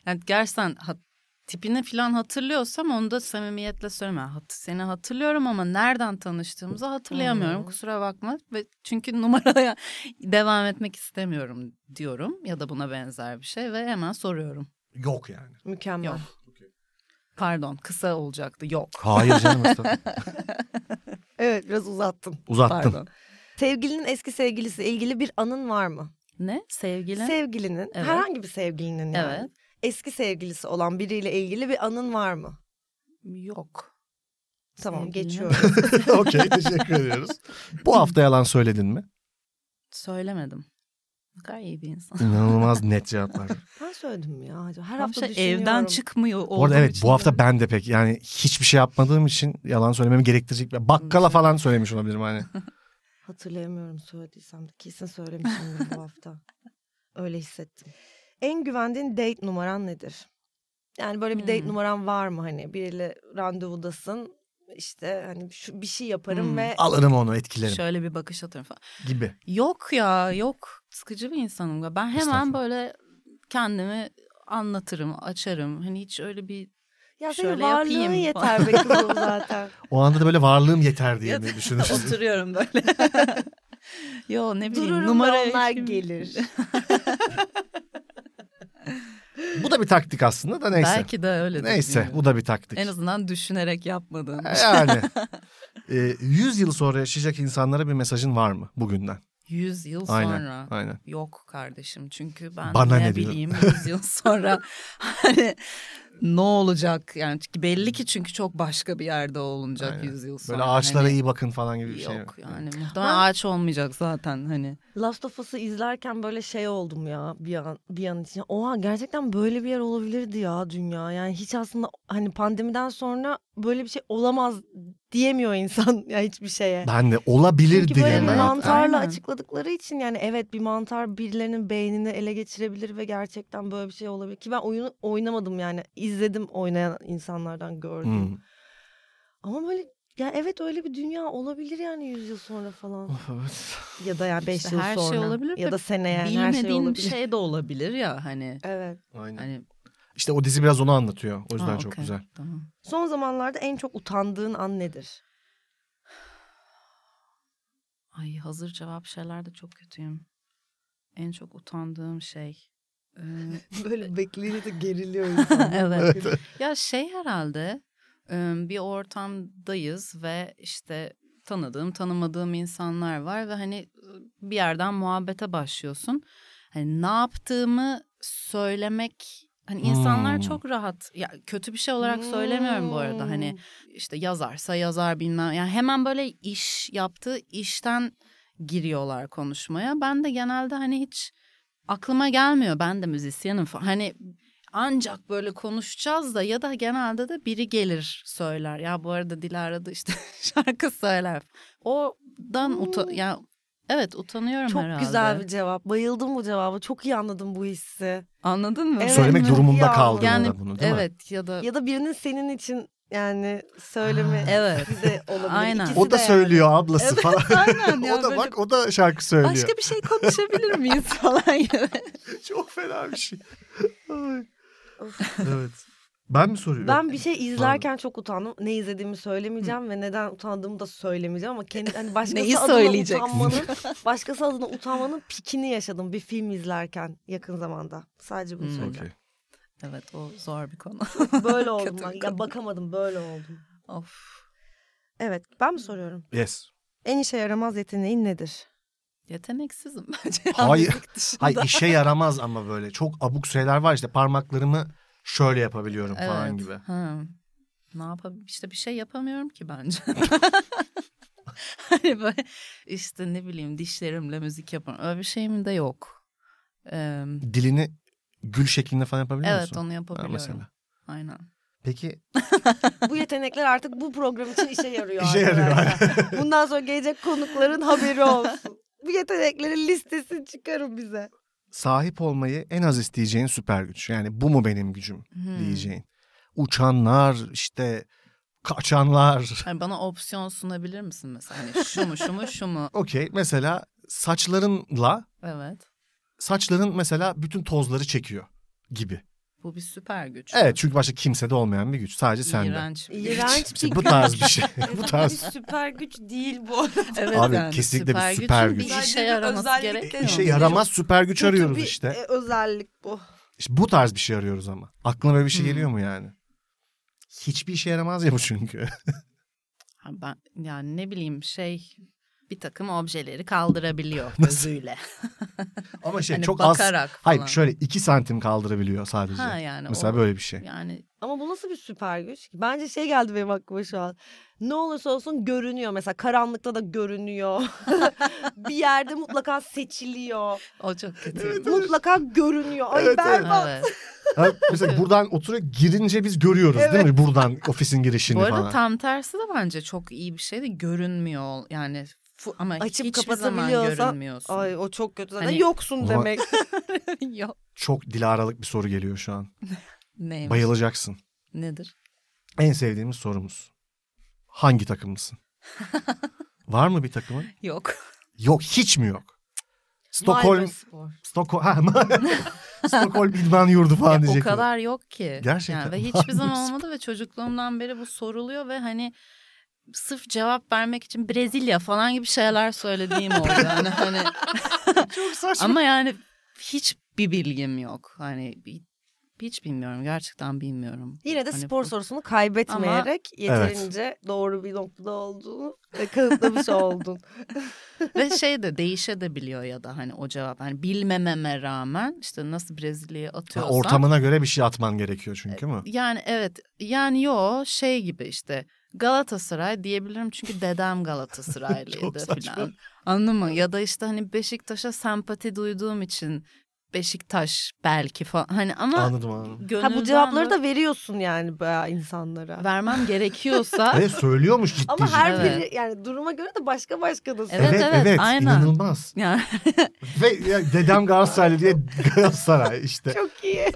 Speaker 6: yani gerçekten ha- tipini falan hatırlıyorsam onu da samimiyetle söyleme. Hat- seni hatırlıyorum ama nereden tanıştığımızı hatırlayamıyorum.
Speaker 3: Hmm.
Speaker 6: Kusura bakma ve çünkü numaraya devam etmek istemiyorum diyorum ya da buna benzer bir şey ve hemen soruyorum.
Speaker 5: Yok yani.
Speaker 3: Mükemmel.
Speaker 6: Yok. Pardon kısa olacaktı yok.
Speaker 5: Hayır canım. estağfurullah.
Speaker 3: Evet biraz uzattım.
Speaker 5: Uzattın.
Speaker 6: Pardon.
Speaker 3: Sevgilinin eski sevgilisiyle ilgili bir anın var mı?
Speaker 6: Ne sevgili?
Speaker 3: Sevgilinin,
Speaker 6: Evet.
Speaker 3: herhangi bir sevgilinin yani.
Speaker 6: Evet.
Speaker 3: Eski sevgilisi olan biriyle ilgili bir anın var mı?
Speaker 6: yok.
Speaker 3: Tamam
Speaker 6: Sevgilinin-
Speaker 3: geçiyorum.
Speaker 5: Okey teşekkür ediyoruz. Bu hafta yalan söyledin mi?
Speaker 6: Söylemedim. Ne kadar iyi bir insan.
Speaker 5: İnanılmaz net cevaplar.
Speaker 3: ben söyledim mi ya? acaba? Her
Speaker 6: Tamam
Speaker 3: hafta
Speaker 6: işte
Speaker 3: düşünüyorum.
Speaker 6: evden çıkmıyor
Speaker 5: Bu arada
Speaker 6: olduğum
Speaker 5: evet
Speaker 6: için
Speaker 5: bu hafta
Speaker 6: böyle-
Speaker 5: ben de pek yani hiçbir şey yapmadığım için yalan söylememi gerektirecek. bir- Bakkala falan söylemiş olabilirim hani.
Speaker 3: Hatırlayamıyorum söylediysem de kesin söylemişimdir bu hafta. Öyle hissettim. En güvendiğin date numaran nedir? Yani böyle bir date
Speaker 6: Hmm.
Speaker 3: numaran var mı hani biriyle randevudasın işte hani şu bir şey yaparım
Speaker 6: Hmm.
Speaker 3: ve
Speaker 5: Alırım onu etkilerim
Speaker 6: Şöyle bir bakış atıyorum falan.
Speaker 5: gibi.
Speaker 6: Yok ya yok. Sıkıcı bir insanım galiba. Ben hemen
Speaker 5: Estağfurullah.
Speaker 6: böyle kendimi anlatırım, açarım. Hani hiç öyle bir
Speaker 3: ya senin
Speaker 6: şöyle
Speaker 3: varlığın
Speaker 6: yapayım
Speaker 3: yeter be kızım zaten.
Speaker 5: O anda da böyle varlığım yeter diye
Speaker 6: Ya
Speaker 5: mi
Speaker 6: da-
Speaker 5: düşünürsün?
Speaker 6: oturuyorum böyle. Yo ne bileyim
Speaker 3: Dururum
Speaker 6: numara
Speaker 3: da onlar
Speaker 6: hiç-
Speaker 3: gelir.
Speaker 5: bu da bir taktik aslında da neyse.
Speaker 6: Belki de öyle.
Speaker 5: neyse bu da bir taktik.
Speaker 6: En azından düşünerek
Speaker 5: Ee,
Speaker 6: yapmadığım. şey.
Speaker 5: Yani. e, 100 yıl sonra yaşayacak insanlara bir mesajın var mı bugünden?
Speaker 6: 100 yıl
Speaker 5: Aynen.
Speaker 6: sonra.
Speaker 5: Aynen.
Speaker 6: Yok kardeşim çünkü ben
Speaker 5: Bana
Speaker 6: ne,
Speaker 5: ne diyor?
Speaker 6: bileyim 100 yıl sonra hani ne olacak yani çünkü belli ki çünkü çok başka bir yerde olunacak
Speaker 5: Aynen.
Speaker 6: 100 yıl sonra.
Speaker 5: Böyle ağaçlara
Speaker 6: Hani
Speaker 5: iyi bakın falan gibi bir şey.
Speaker 6: Yok yani muhtemelen ağaç olmayacak zaten hani.
Speaker 3: Last of Us'ı izlerken böyle şey oldum ya bir an, bir an için. Oha gerçekten böyle bir yer olabilirdi ya dünya. Yani hiç aslında hani pandemiden sonra böyle bir şey olamaz diyemiyor insan ya hiçbir şeye.
Speaker 5: Ben de olabilir
Speaker 3: Çünkü böyle
Speaker 5: diye
Speaker 6: diyemem.
Speaker 5: ben.
Speaker 3: mantarla
Speaker 6: Aynen.
Speaker 3: açıkladıkları için yani evet bir mantar birilerinin beynini ele geçirebilir ve gerçekten böyle bir şey olabilir. Ki ben oyunu oynamadım yani izledim oynayan insanlardan gördüm.
Speaker 5: Hmm.
Speaker 3: Ama böyle ya evet öyle bir dünya olabilir yani 100 yıl sonra falan.
Speaker 5: Of, evet.
Speaker 3: Ya da yani 5
Speaker 6: İşte
Speaker 3: yıl
Speaker 6: her şey
Speaker 3: sonra.
Speaker 6: olabilir
Speaker 3: Ya
Speaker 6: ve
Speaker 3: da seneye her şey
Speaker 6: Bilmediğin
Speaker 3: olabilir.
Speaker 6: şey, de olabilir ya hani.
Speaker 3: Evet.
Speaker 5: Aynen.
Speaker 6: Hani
Speaker 5: İşte o dizi biraz onu anlatıyor. O yüzden
Speaker 6: Ha,
Speaker 5: çok
Speaker 6: okey,
Speaker 5: güzel.
Speaker 6: Tamam.
Speaker 3: Son zamanlarda en çok utandığın an nedir?
Speaker 6: Ay hazır cevap şeylerde çok kötüyüm. En çok utandığım şey. Ee,
Speaker 3: Böyle bekleyince de geriliyor
Speaker 6: evet. Ya şey herhalde e, bir ortamdayız ve işte tanıdığım tanımadığım insanlar var ve hani e, bir yerden muhabbete başlıyorsun. Hani ne yaptığımı söylemek hani insanlar
Speaker 5: Hmm.
Speaker 6: çok rahat ya kötü bir şey olarak söylemiyorum bu arada hani
Speaker 3: Hmm.
Speaker 6: işte yazarsa yazar bilmem yani hemen böyle iş yaptığı işten giriyorlar konuşmaya. Ben de genelde hani hiç aklıma gelmiyor ben de müzisyenim falan. Hani ancak böyle konuşacağız da ya da genelde de biri gelir söyler. Ya bu arada Dilara da işte şarkı söyler. Oradan uta ya evet utanıyorum
Speaker 3: Çok
Speaker 6: herhalde.
Speaker 3: güzel bir cevap. Bayıldım bu cevaba. Çok iyi anladım bu hissi.
Speaker 6: Anladın mı?
Speaker 3: Evet.
Speaker 5: Söylemek
Speaker 3: çok iyi
Speaker 5: durumunda kaldın
Speaker 6: Yani
Speaker 5: da bunu değil mi?
Speaker 6: evet ya da
Speaker 3: Ya da birinin senin için yani söyleme
Speaker 6: Ah. evet.
Speaker 3: de olabilir.
Speaker 6: Aynen.
Speaker 3: İkisi
Speaker 5: O da
Speaker 3: de yani.
Speaker 5: söylüyor ablası falan.
Speaker 6: Aynen ya,
Speaker 5: o da
Speaker 6: böyle
Speaker 5: bak o da şarkı söylüyor.
Speaker 6: başka bir şey konuşabilir miyiz falan gibi.
Speaker 5: Çok fena bir şey. Ay. evet. Ben mi soruyorum?
Speaker 3: Ben bir şey izlerken çok utandım. Ne izlediğimi söylemeyeceğim ve neden utandığımı da söylemeyeceğim ama kendi hani başkası
Speaker 6: Neyi
Speaker 3: adına
Speaker 6: söyleyeceksin?
Speaker 3: utanmanın, başkası adına utanmanın pikini yaşadım bir film izlerken yakın zamanda. Sadece bunu
Speaker 6: Hmm.
Speaker 3: söyleyeceğim.
Speaker 5: Okey.
Speaker 6: Evet o zor bir konu.
Speaker 3: Böyle oldum
Speaker 6: Kötü
Speaker 3: ben.
Speaker 6: bir
Speaker 3: Ya
Speaker 6: konu.
Speaker 3: bakamadım böyle oldum.
Speaker 6: Of.
Speaker 3: Evet ben mi soruyorum?
Speaker 5: Yes.
Speaker 3: En işe yaramaz yeteneğin nedir?
Speaker 6: Yeteneksizim bence.
Speaker 5: Hayır.
Speaker 6: Müzik dışında.
Speaker 5: Hayır işe yaramaz ama böyle çok abuk şeyler var işte parmaklarımı şöyle yapabiliyorum falan
Speaker 6: Evet.
Speaker 5: gibi.
Speaker 6: Ha. Ne yapabilirim? İşte bir şey yapamıyorum ki bence. hani böyle işte ne bileyim dişlerimle müzik yaparım. Öyle bir şeyim de yok. Ee,
Speaker 5: Dilini gül şeklinde falan yapabiliyor
Speaker 6: evet
Speaker 5: musun?
Speaker 6: onu
Speaker 5: Ha,
Speaker 6: yapabiliyorum.
Speaker 5: mesela.
Speaker 6: Aynen.
Speaker 5: Peki
Speaker 3: Bu yetenekler artık bu program için işe yarıyor.
Speaker 5: İşe yarıyor.
Speaker 3: arkadaşlar. Bundan sonra gelecek konukların haberi olsun. Bu yeteneklerin listesini çıkarın bize.
Speaker 5: sahip olmayı en az isteyeceğin süper güç. Yani bu mu benim gücüm
Speaker 6: Hmm.
Speaker 5: diyeceğin. Uçanlar işte kaçanlar.
Speaker 6: Hani bana opsiyon sunabilir misin mesela? Hani şu mu şu mu şu mu?
Speaker 5: Okey mesela saçlarınla
Speaker 6: Evet.
Speaker 5: saçların mesela bütün tozları çekiyor gibi.
Speaker 6: Bu bir süper güç.
Speaker 5: Evet çünkü başka kimsede olmayan bir güç sadece sende.
Speaker 6: İğrenç. bir güç.
Speaker 3: İğrenç
Speaker 5: İşte
Speaker 3: bir
Speaker 5: bu tarz bir şey. bu
Speaker 7: Bir
Speaker 5: tarz.
Speaker 7: süper güç değil bu.
Speaker 6: Evet,
Speaker 5: Abi, kesinlikle bir
Speaker 6: gücün
Speaker 5: süper
Speaker 6: bir
Speaker 5: güç.
Speaker 7: Sadece
Speaker 6: işe
Speaker 7: bir
Speaker 6: yaraması
Speaker 7: özellik
Speaker 6: gerekiyor.
Speaker 7: değil.
Speaker 5: İşe yaramaz süper güç
Speaker 3: Kötü
Speaker 5: arıyoruz
Speaker 3: bir,
Speaker 5: işte.
Speaker 3: e, özellik bu.
Speaker 5: İşte bu tarz bir şey arıyoruz ama. Aklına böyle bir şey
Speaker 6: Hmm.
Speaker 5: geliyor mu yani? Hiçbir işe yaramaz ya bu çünkü.
Speaker 6: Ha, Ben yani ne bileyim şey bir takım objeleri kaldırabiliyor gözüyle.
Speaker 5: Ama şey
Speaker 6: Hani
Speaker 5: çok az.
Speaker 6: bakarak
Speaker 5: Hayır
Speaker 6: falan.
Speaker 5: şöyle iki santim kaldırabiliyor sadece.
Speaker 6: Ha yani
Speaker 5: Mesela
Speaker 6: o-
Speaker 5: böyle bir şey.
Speaker 6: Yani
Speaker 3: Ama bu nasıl bir süper güç? Bence şey geldi benim aklıma şu an. Ne olursa olsun görünüyor mesela karanlıkta da görünüyor. bir yerde mutlaka seçiliyor.
Speaker 6: o çok kötü.
Speaker 3: mutlaka görünüyor. Ay
Speaker 5: Evet,
Speaker 3: ben
Speaker 6: Evet.
Speaker 5: Ha, mesela buradan oturuyor girince biz görüyoruz değil mi? Buradan ofisin girişini
Speaker 6: Bu arada
Speaker 5: falan.
Speaker 6: tam tersi de bence çok iyi bir şey de görünmüyor ol- yani fu- ama
Speaker 3: Açıp
Speaker 6: hiçbir zaman
Speaker 3: kapatabiliyorsan-
Speaker 6: görünmüyorsun.
Speaker 3: Ay o çok kötü zaten.
Speaker 6: Hani-
Speaker 3: Yoksun
Speaker 5: Ulan-
Speaker 3: demek.
Speaker 6: Yok.
Speaker 5: Çok dilaralık bir soru geliyor şu an.
Speaker 6: Neymiş?
Speaker 5: Bayılacaksın.
Speaker 6: Nedir?
Speaker 5: En sevdiğimiz sorumuz. Hangi takımlısın? Var mı bir takımın?
Speaker 6: Yok.
Speaker 5: Yok hiç mi yok? Stockholm,
Speaker 3: Spor.
Speaker 5: Stockholm, ha, Stockholm idman yurdu falan
Speaker 6: Ya, o
Speaker 5: diyecektim.
Speaker 6: kadar yok ki.
Speaker 5: Gerçekten
Speaker 6: Yani ve
Speaker 5: var
Speaker 6: hiçbir zaman
Speaker 5: mı?
Speaker 6: olmadı ve çocukluğumdan beri bu soruluyor ve hani sırf cevap vermek için Brezilya falan gibi şeyler söylediğim oldu. Yani hani
Speaker 5: Çok saçma.
Speaker 6: ama yani hiçbir bilgim yok. Hani bir- Hiç bilmiyorum gerçekten bilmiyorum.
Speaker 3: Yine de
Speaker 6: Hani
Speaker 3: spor
Speaker 6: bu-
Speaker 3: sorusunu kaybetmeyerek yeterince doğru bir noktada olduğunu e, kanıtlamış oldun.
Speaker 6: Ve şey de değişebiliyor ya da hani o cevap. Hani bilmememe rağmen işte nasıl Brezilya'ya
Speaker 5: Ha,
Speaker 6: atıyorsam.
Speaker 5: ortamına göre bir şey atman gerekiyor çünkü mü?
Speaker 6: Yani evet yani yo şey gibi işte Galatasaray diyebilirim çünkü dedem
Speaker 5: Çok
Speaker 6: Galatasaraylıydı
Speaker 5: saçma.
Speaker 6: falan. Anladın mı? Ya da işte hani Beşiktaş'a sempati duyduğum için Beşiktaş belki falan. Hani ama
Speaker 5: Anladım anladım.
Speaker 6: gönülden
Speaker 3: Ha, bu cevapları
Speaker 6: de
Speaker 3: da veriyorsun yani bayağı insanlara.
Speaker 6: vermem gerekiyorsa
Speaker 5: Hayır söylüyormuş ciddi
Speaker 3: Ama her
Speaker 6: Evet.
Speaker 3: biri yani duruma göre de başka başka da
Speaker 6: Evet,
Speaker 5: evet,
Speaker 6: evet,
Speaker 5: evet,
Speaker 6: aynen.
Speaker 5: inanılmaz.
Speaker 6: yani
Speaker 5: Ve ya, dedem Galatasaraylı diye Galatasaray işte.
Speaker 3: Çok iyi.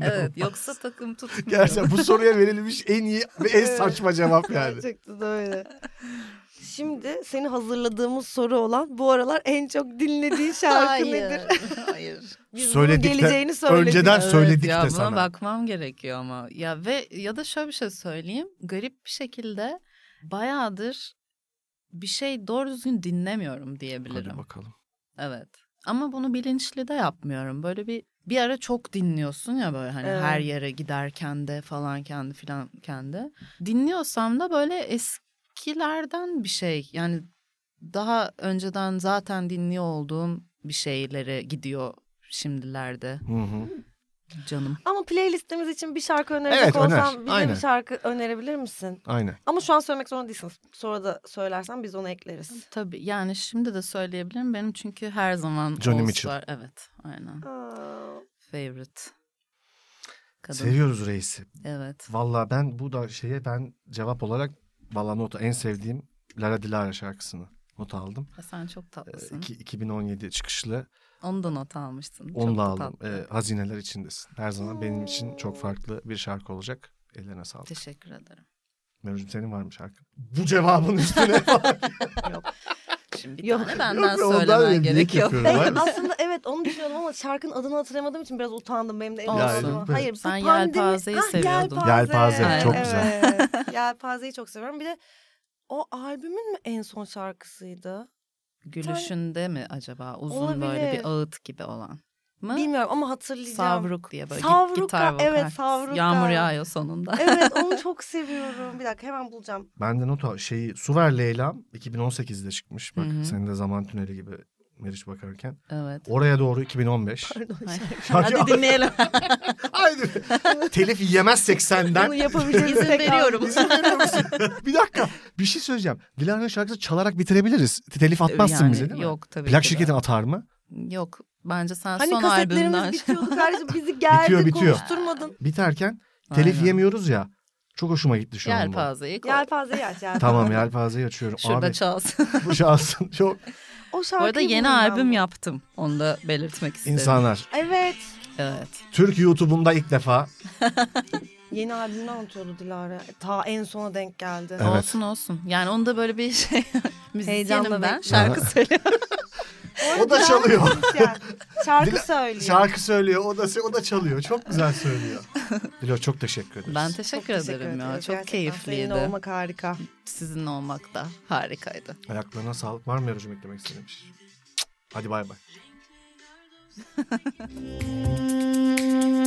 Speaker 6: evet yoksa takım tutmuyorum.
Speaker 5: Gerçekten bu soruya verilmiş en iyi ve en
Speaker 3: Evet.
Speaker 5: saçma cevap yani.
Speaker 3: Gerçekten öyle. Şimdi seni hazırladığımız soru olan bu aralar en çok dinlediğin şarkı nedir?
Speaker 6: Hayır.
Speaker 3: Biz bunun
Speaker 5: Söyledik de-
Speaker 3: geleceğini söyledik.
Speaker 5: önceden- Ben söyledik
Speaker 6: ya,
Speaker 5: de
Speaker 6: buna
Speaker 5: sana.
Speaker 6: bakmam gerekiyor ama. Ya ve ya da şöyle bir şey söyleyeyim. Garip bir şekilde bayağıdır bir şey doğru düzgün dinlemiyorum diyebilirim.
Speaker 5: Hadi bakalım.
Speaker 6: Evet. Ama bunu bilinçli de yapmıyorum. Böyle bir bir ara çok dinliyorsun ya böyle hani
Speaker 3: Evet.
Speaker 6: her yere giderken de falan kendi filan kendi. Dinliyorsam da böyle eskilerden bir şey. Yani daha önceden zaten dinliyor olduğum bir şeylere gidiyor şimdilerde
Speaker 5: Hı hı.
Speaker 6: canım.
Speaker 3: Ama playlistimiz için bir şarkı önerecek
Speaker 5: Evet, öner.
Speaker 3: olsam bize
Speaker 5: Aynen.
Speaker 3: bir şarkı önerebilir misin?
Speaker 5: Aynen.
Speaker 3: Ama şu an söylemek zorunda değilsiniz. Sonra da söylersen biz onu ekleriz.
Speaker 6: Tabii yani şimdi de söyleyebilirim. Benim çünkü her zaman
Speaker 5: Johnny
Speaker 6: Oğuz
Speaker 5: Mitchell.
Speaker 6: var. Evet aynen.
Speaker 3: Aa,
Speaker 6: Favorite. Kadın.
Speaker 5: Seviyoruz reisi.
Speaker 6: Evet.
Speaker 5: Valla ben bu da şeye ben cevap olarak valla nota en sevdiğim Lara Dilara şarkısını not aldım.
Speaker 6: E, Sen çok
Speaker 5: Ee,
Speaker 6: tatlısın.
Speaker 5: iki- 2017 çıkışlı.
Speaker 6: Onu da not almıştın. Çok
Speaker 5: Onu da
Speaker 6: da
Speaker 5: aldım.
Speaker 6: tatlı.
Speaker 5: Ee, hazineler içindesin. Her zaman benim için çok farklı bir şarkı olacak. Ellerine sağlık.
Speaker 6: Teşekkür ederim.
Speaker 5: Mevcut'um senin var mı şarkı? Bu cevabın üstüne
Speaker 6: Şimdi
Speaker 3: Yok,
Speaker 6: tane benden
Speaker 5: Yok, ondan
Speaker 6: söylemen
Speaker 5: önce niye
Speaker 6: gerekiyor.
Speaker 5: yapıyorum
Speaker 3: Ben
Speaker 5: ben?
Speaker 3: aslında evet onu düşünüyordum ama şarkının adını hatırlamadığım için biraz utandım benim de. emin
Speaker 6: Olsun.
Speaker 3: olamadım.
Speaker 5: Yani,
Speaker 3: Hayır, bu
Speaker 6: Ben
Speaker 3: pandemi-
Speaker 6: Yelpaze'yi
Speaker 3: Hah,
Speaker 6: seviyordum.
Speaker 5: Yelpaze,
Speaker 3: Yelpaze,
Speaker 6: çok
Speaker 5: güzel.
Speaker 3: evet. Yelpaze'yi çok seviyorum. Bir de o albümün mü en son şarkısıydı?
Speaker 6: Gülüşünde mi acaba uzun böyle
Speaker 3: Olabilir.
Speaker 6: bir ağıt gibi olan mı?
Speaker 3: Bilmiyorum ama hatırlayacağım.
Speaker 6: Savruk diye böyle git-
Speaker 3: Savruka,
Speaker 6: gitar vokal.
Speaker 3: evet, Savruka.
Speaker 6: Yağmur yağıyor sonunda.
Speaker 3: Evet onu çok seviyorum. Bir dakika hemen bulacağım.
Speaker 5: Ben de not al. Şeyi Suver Leyla'm 2018'de çıkmış. Bak
Speaker 6: Hı hı.
Speaker 5: senin de zaman tüneli gibi Meriç bakarken.
Speaker 6: evet.
Speaker 5: Oraya doğru 2015. Şarkı-
Speaker 6: Hadi dinleyelim.
Speaker 5: Haydi. Telif yiyemezsek
Speaker 3: Bunu
Speaker 5: senden.
Speaker 3: yapabileceğiz.
Speaker 6: İzin veriyorum.
Speaker 5: İzin veriyor musun? bir dakika. Bir şey söyleyeceğim. Dilara'nın şarkısı çalarak bitirebiliriz. Telif atmazsın
Speaker 6: Yani
Speaker 5: bize değil mi?
Speaker 6: Yok tabii.
Speaker 5: Plak
Speaker 6: ki de.
Speaker 5: şirketin atar mı?
Speaker 6: Yok. Bence sen
Speaker 3: Hani
Speaker 6: son albümden.
Speaker 3: kasetlerimiz bitiyordu kardeşim. Bizi geldi
Speaker 5: Bitiyor, bitiyor.
Speaker 3: konuşturmadın.
Speaker 5: Biterken telif
Speaker 6: Aynen.
Speaker 5: yemiyoruz ya. Çok hoşuma gitti şu an. bu.
Speaker 6: Yelpazeyi koy.
Speaker 3: Yelpazeyi aç yelpaze.
Speaker 5: Tamam yelpazeyi açıyorum.
Speaker 6: Şurada
Speaker 5: Abi
Speaker 6: çalsın.
Speaker 5: bu şahsın çok
Speaker 3: O
Speaker 6: Bu
Speaker 3: şarkıyı
Speaker 6: arada
Speaker 3: buldum
Speaker 6: yeni
Speaker 3: ben
Speaker 6: albüm
Speaker 3: bu.
Speaker 6: yaptım. Onu da belirtmek isterim.
Speaker 5: insanlar.
Speaker 3: Evet.
Speaker 6: Evet.
Speaker 5: Türk YouTube'umda ilk defa
Speaker 3: Yeni albümünü anlatıyordu Dilara. Ta en sona denk geldi.
Speaker 5: Evet.
Speaker 6: Olsun olsun. Yani onu da böyle bir şey. Müzisyenim
Speaker 3: Heyecanla
Speaker 6: ben.
Speaker 3: bekliyorum.
Speaker 6: Şarkı söylüyorum.
Speaker 5: o da çalıyor.
Speaker 3: Yani şarkı
Speaker 5: Dila-
Speaker 3: söylüyor.
Speaker 5: Şarkı söylüyor. O da o da çalıyor. Çok güzel söylüyor. Dilo çok teşekkür ederiz.
Speaker 6: Ben
Speaker 3: Çok
Speaker 6: teşekkür, ederim ya.
Speaker 3: ediyoruz.
Speaker 6: Çok
Speaker 3: Gerçekten
Speaker 6: keyifliydi.
Speaker 3: Seninle olmak harika.
Speaker 6: Sizinle olmak da harikaydı.
Speaker 5: Ayaklarına sağlık. Var mı Yarucuğum eklemek istediğin bir şey? Hadi bay bay.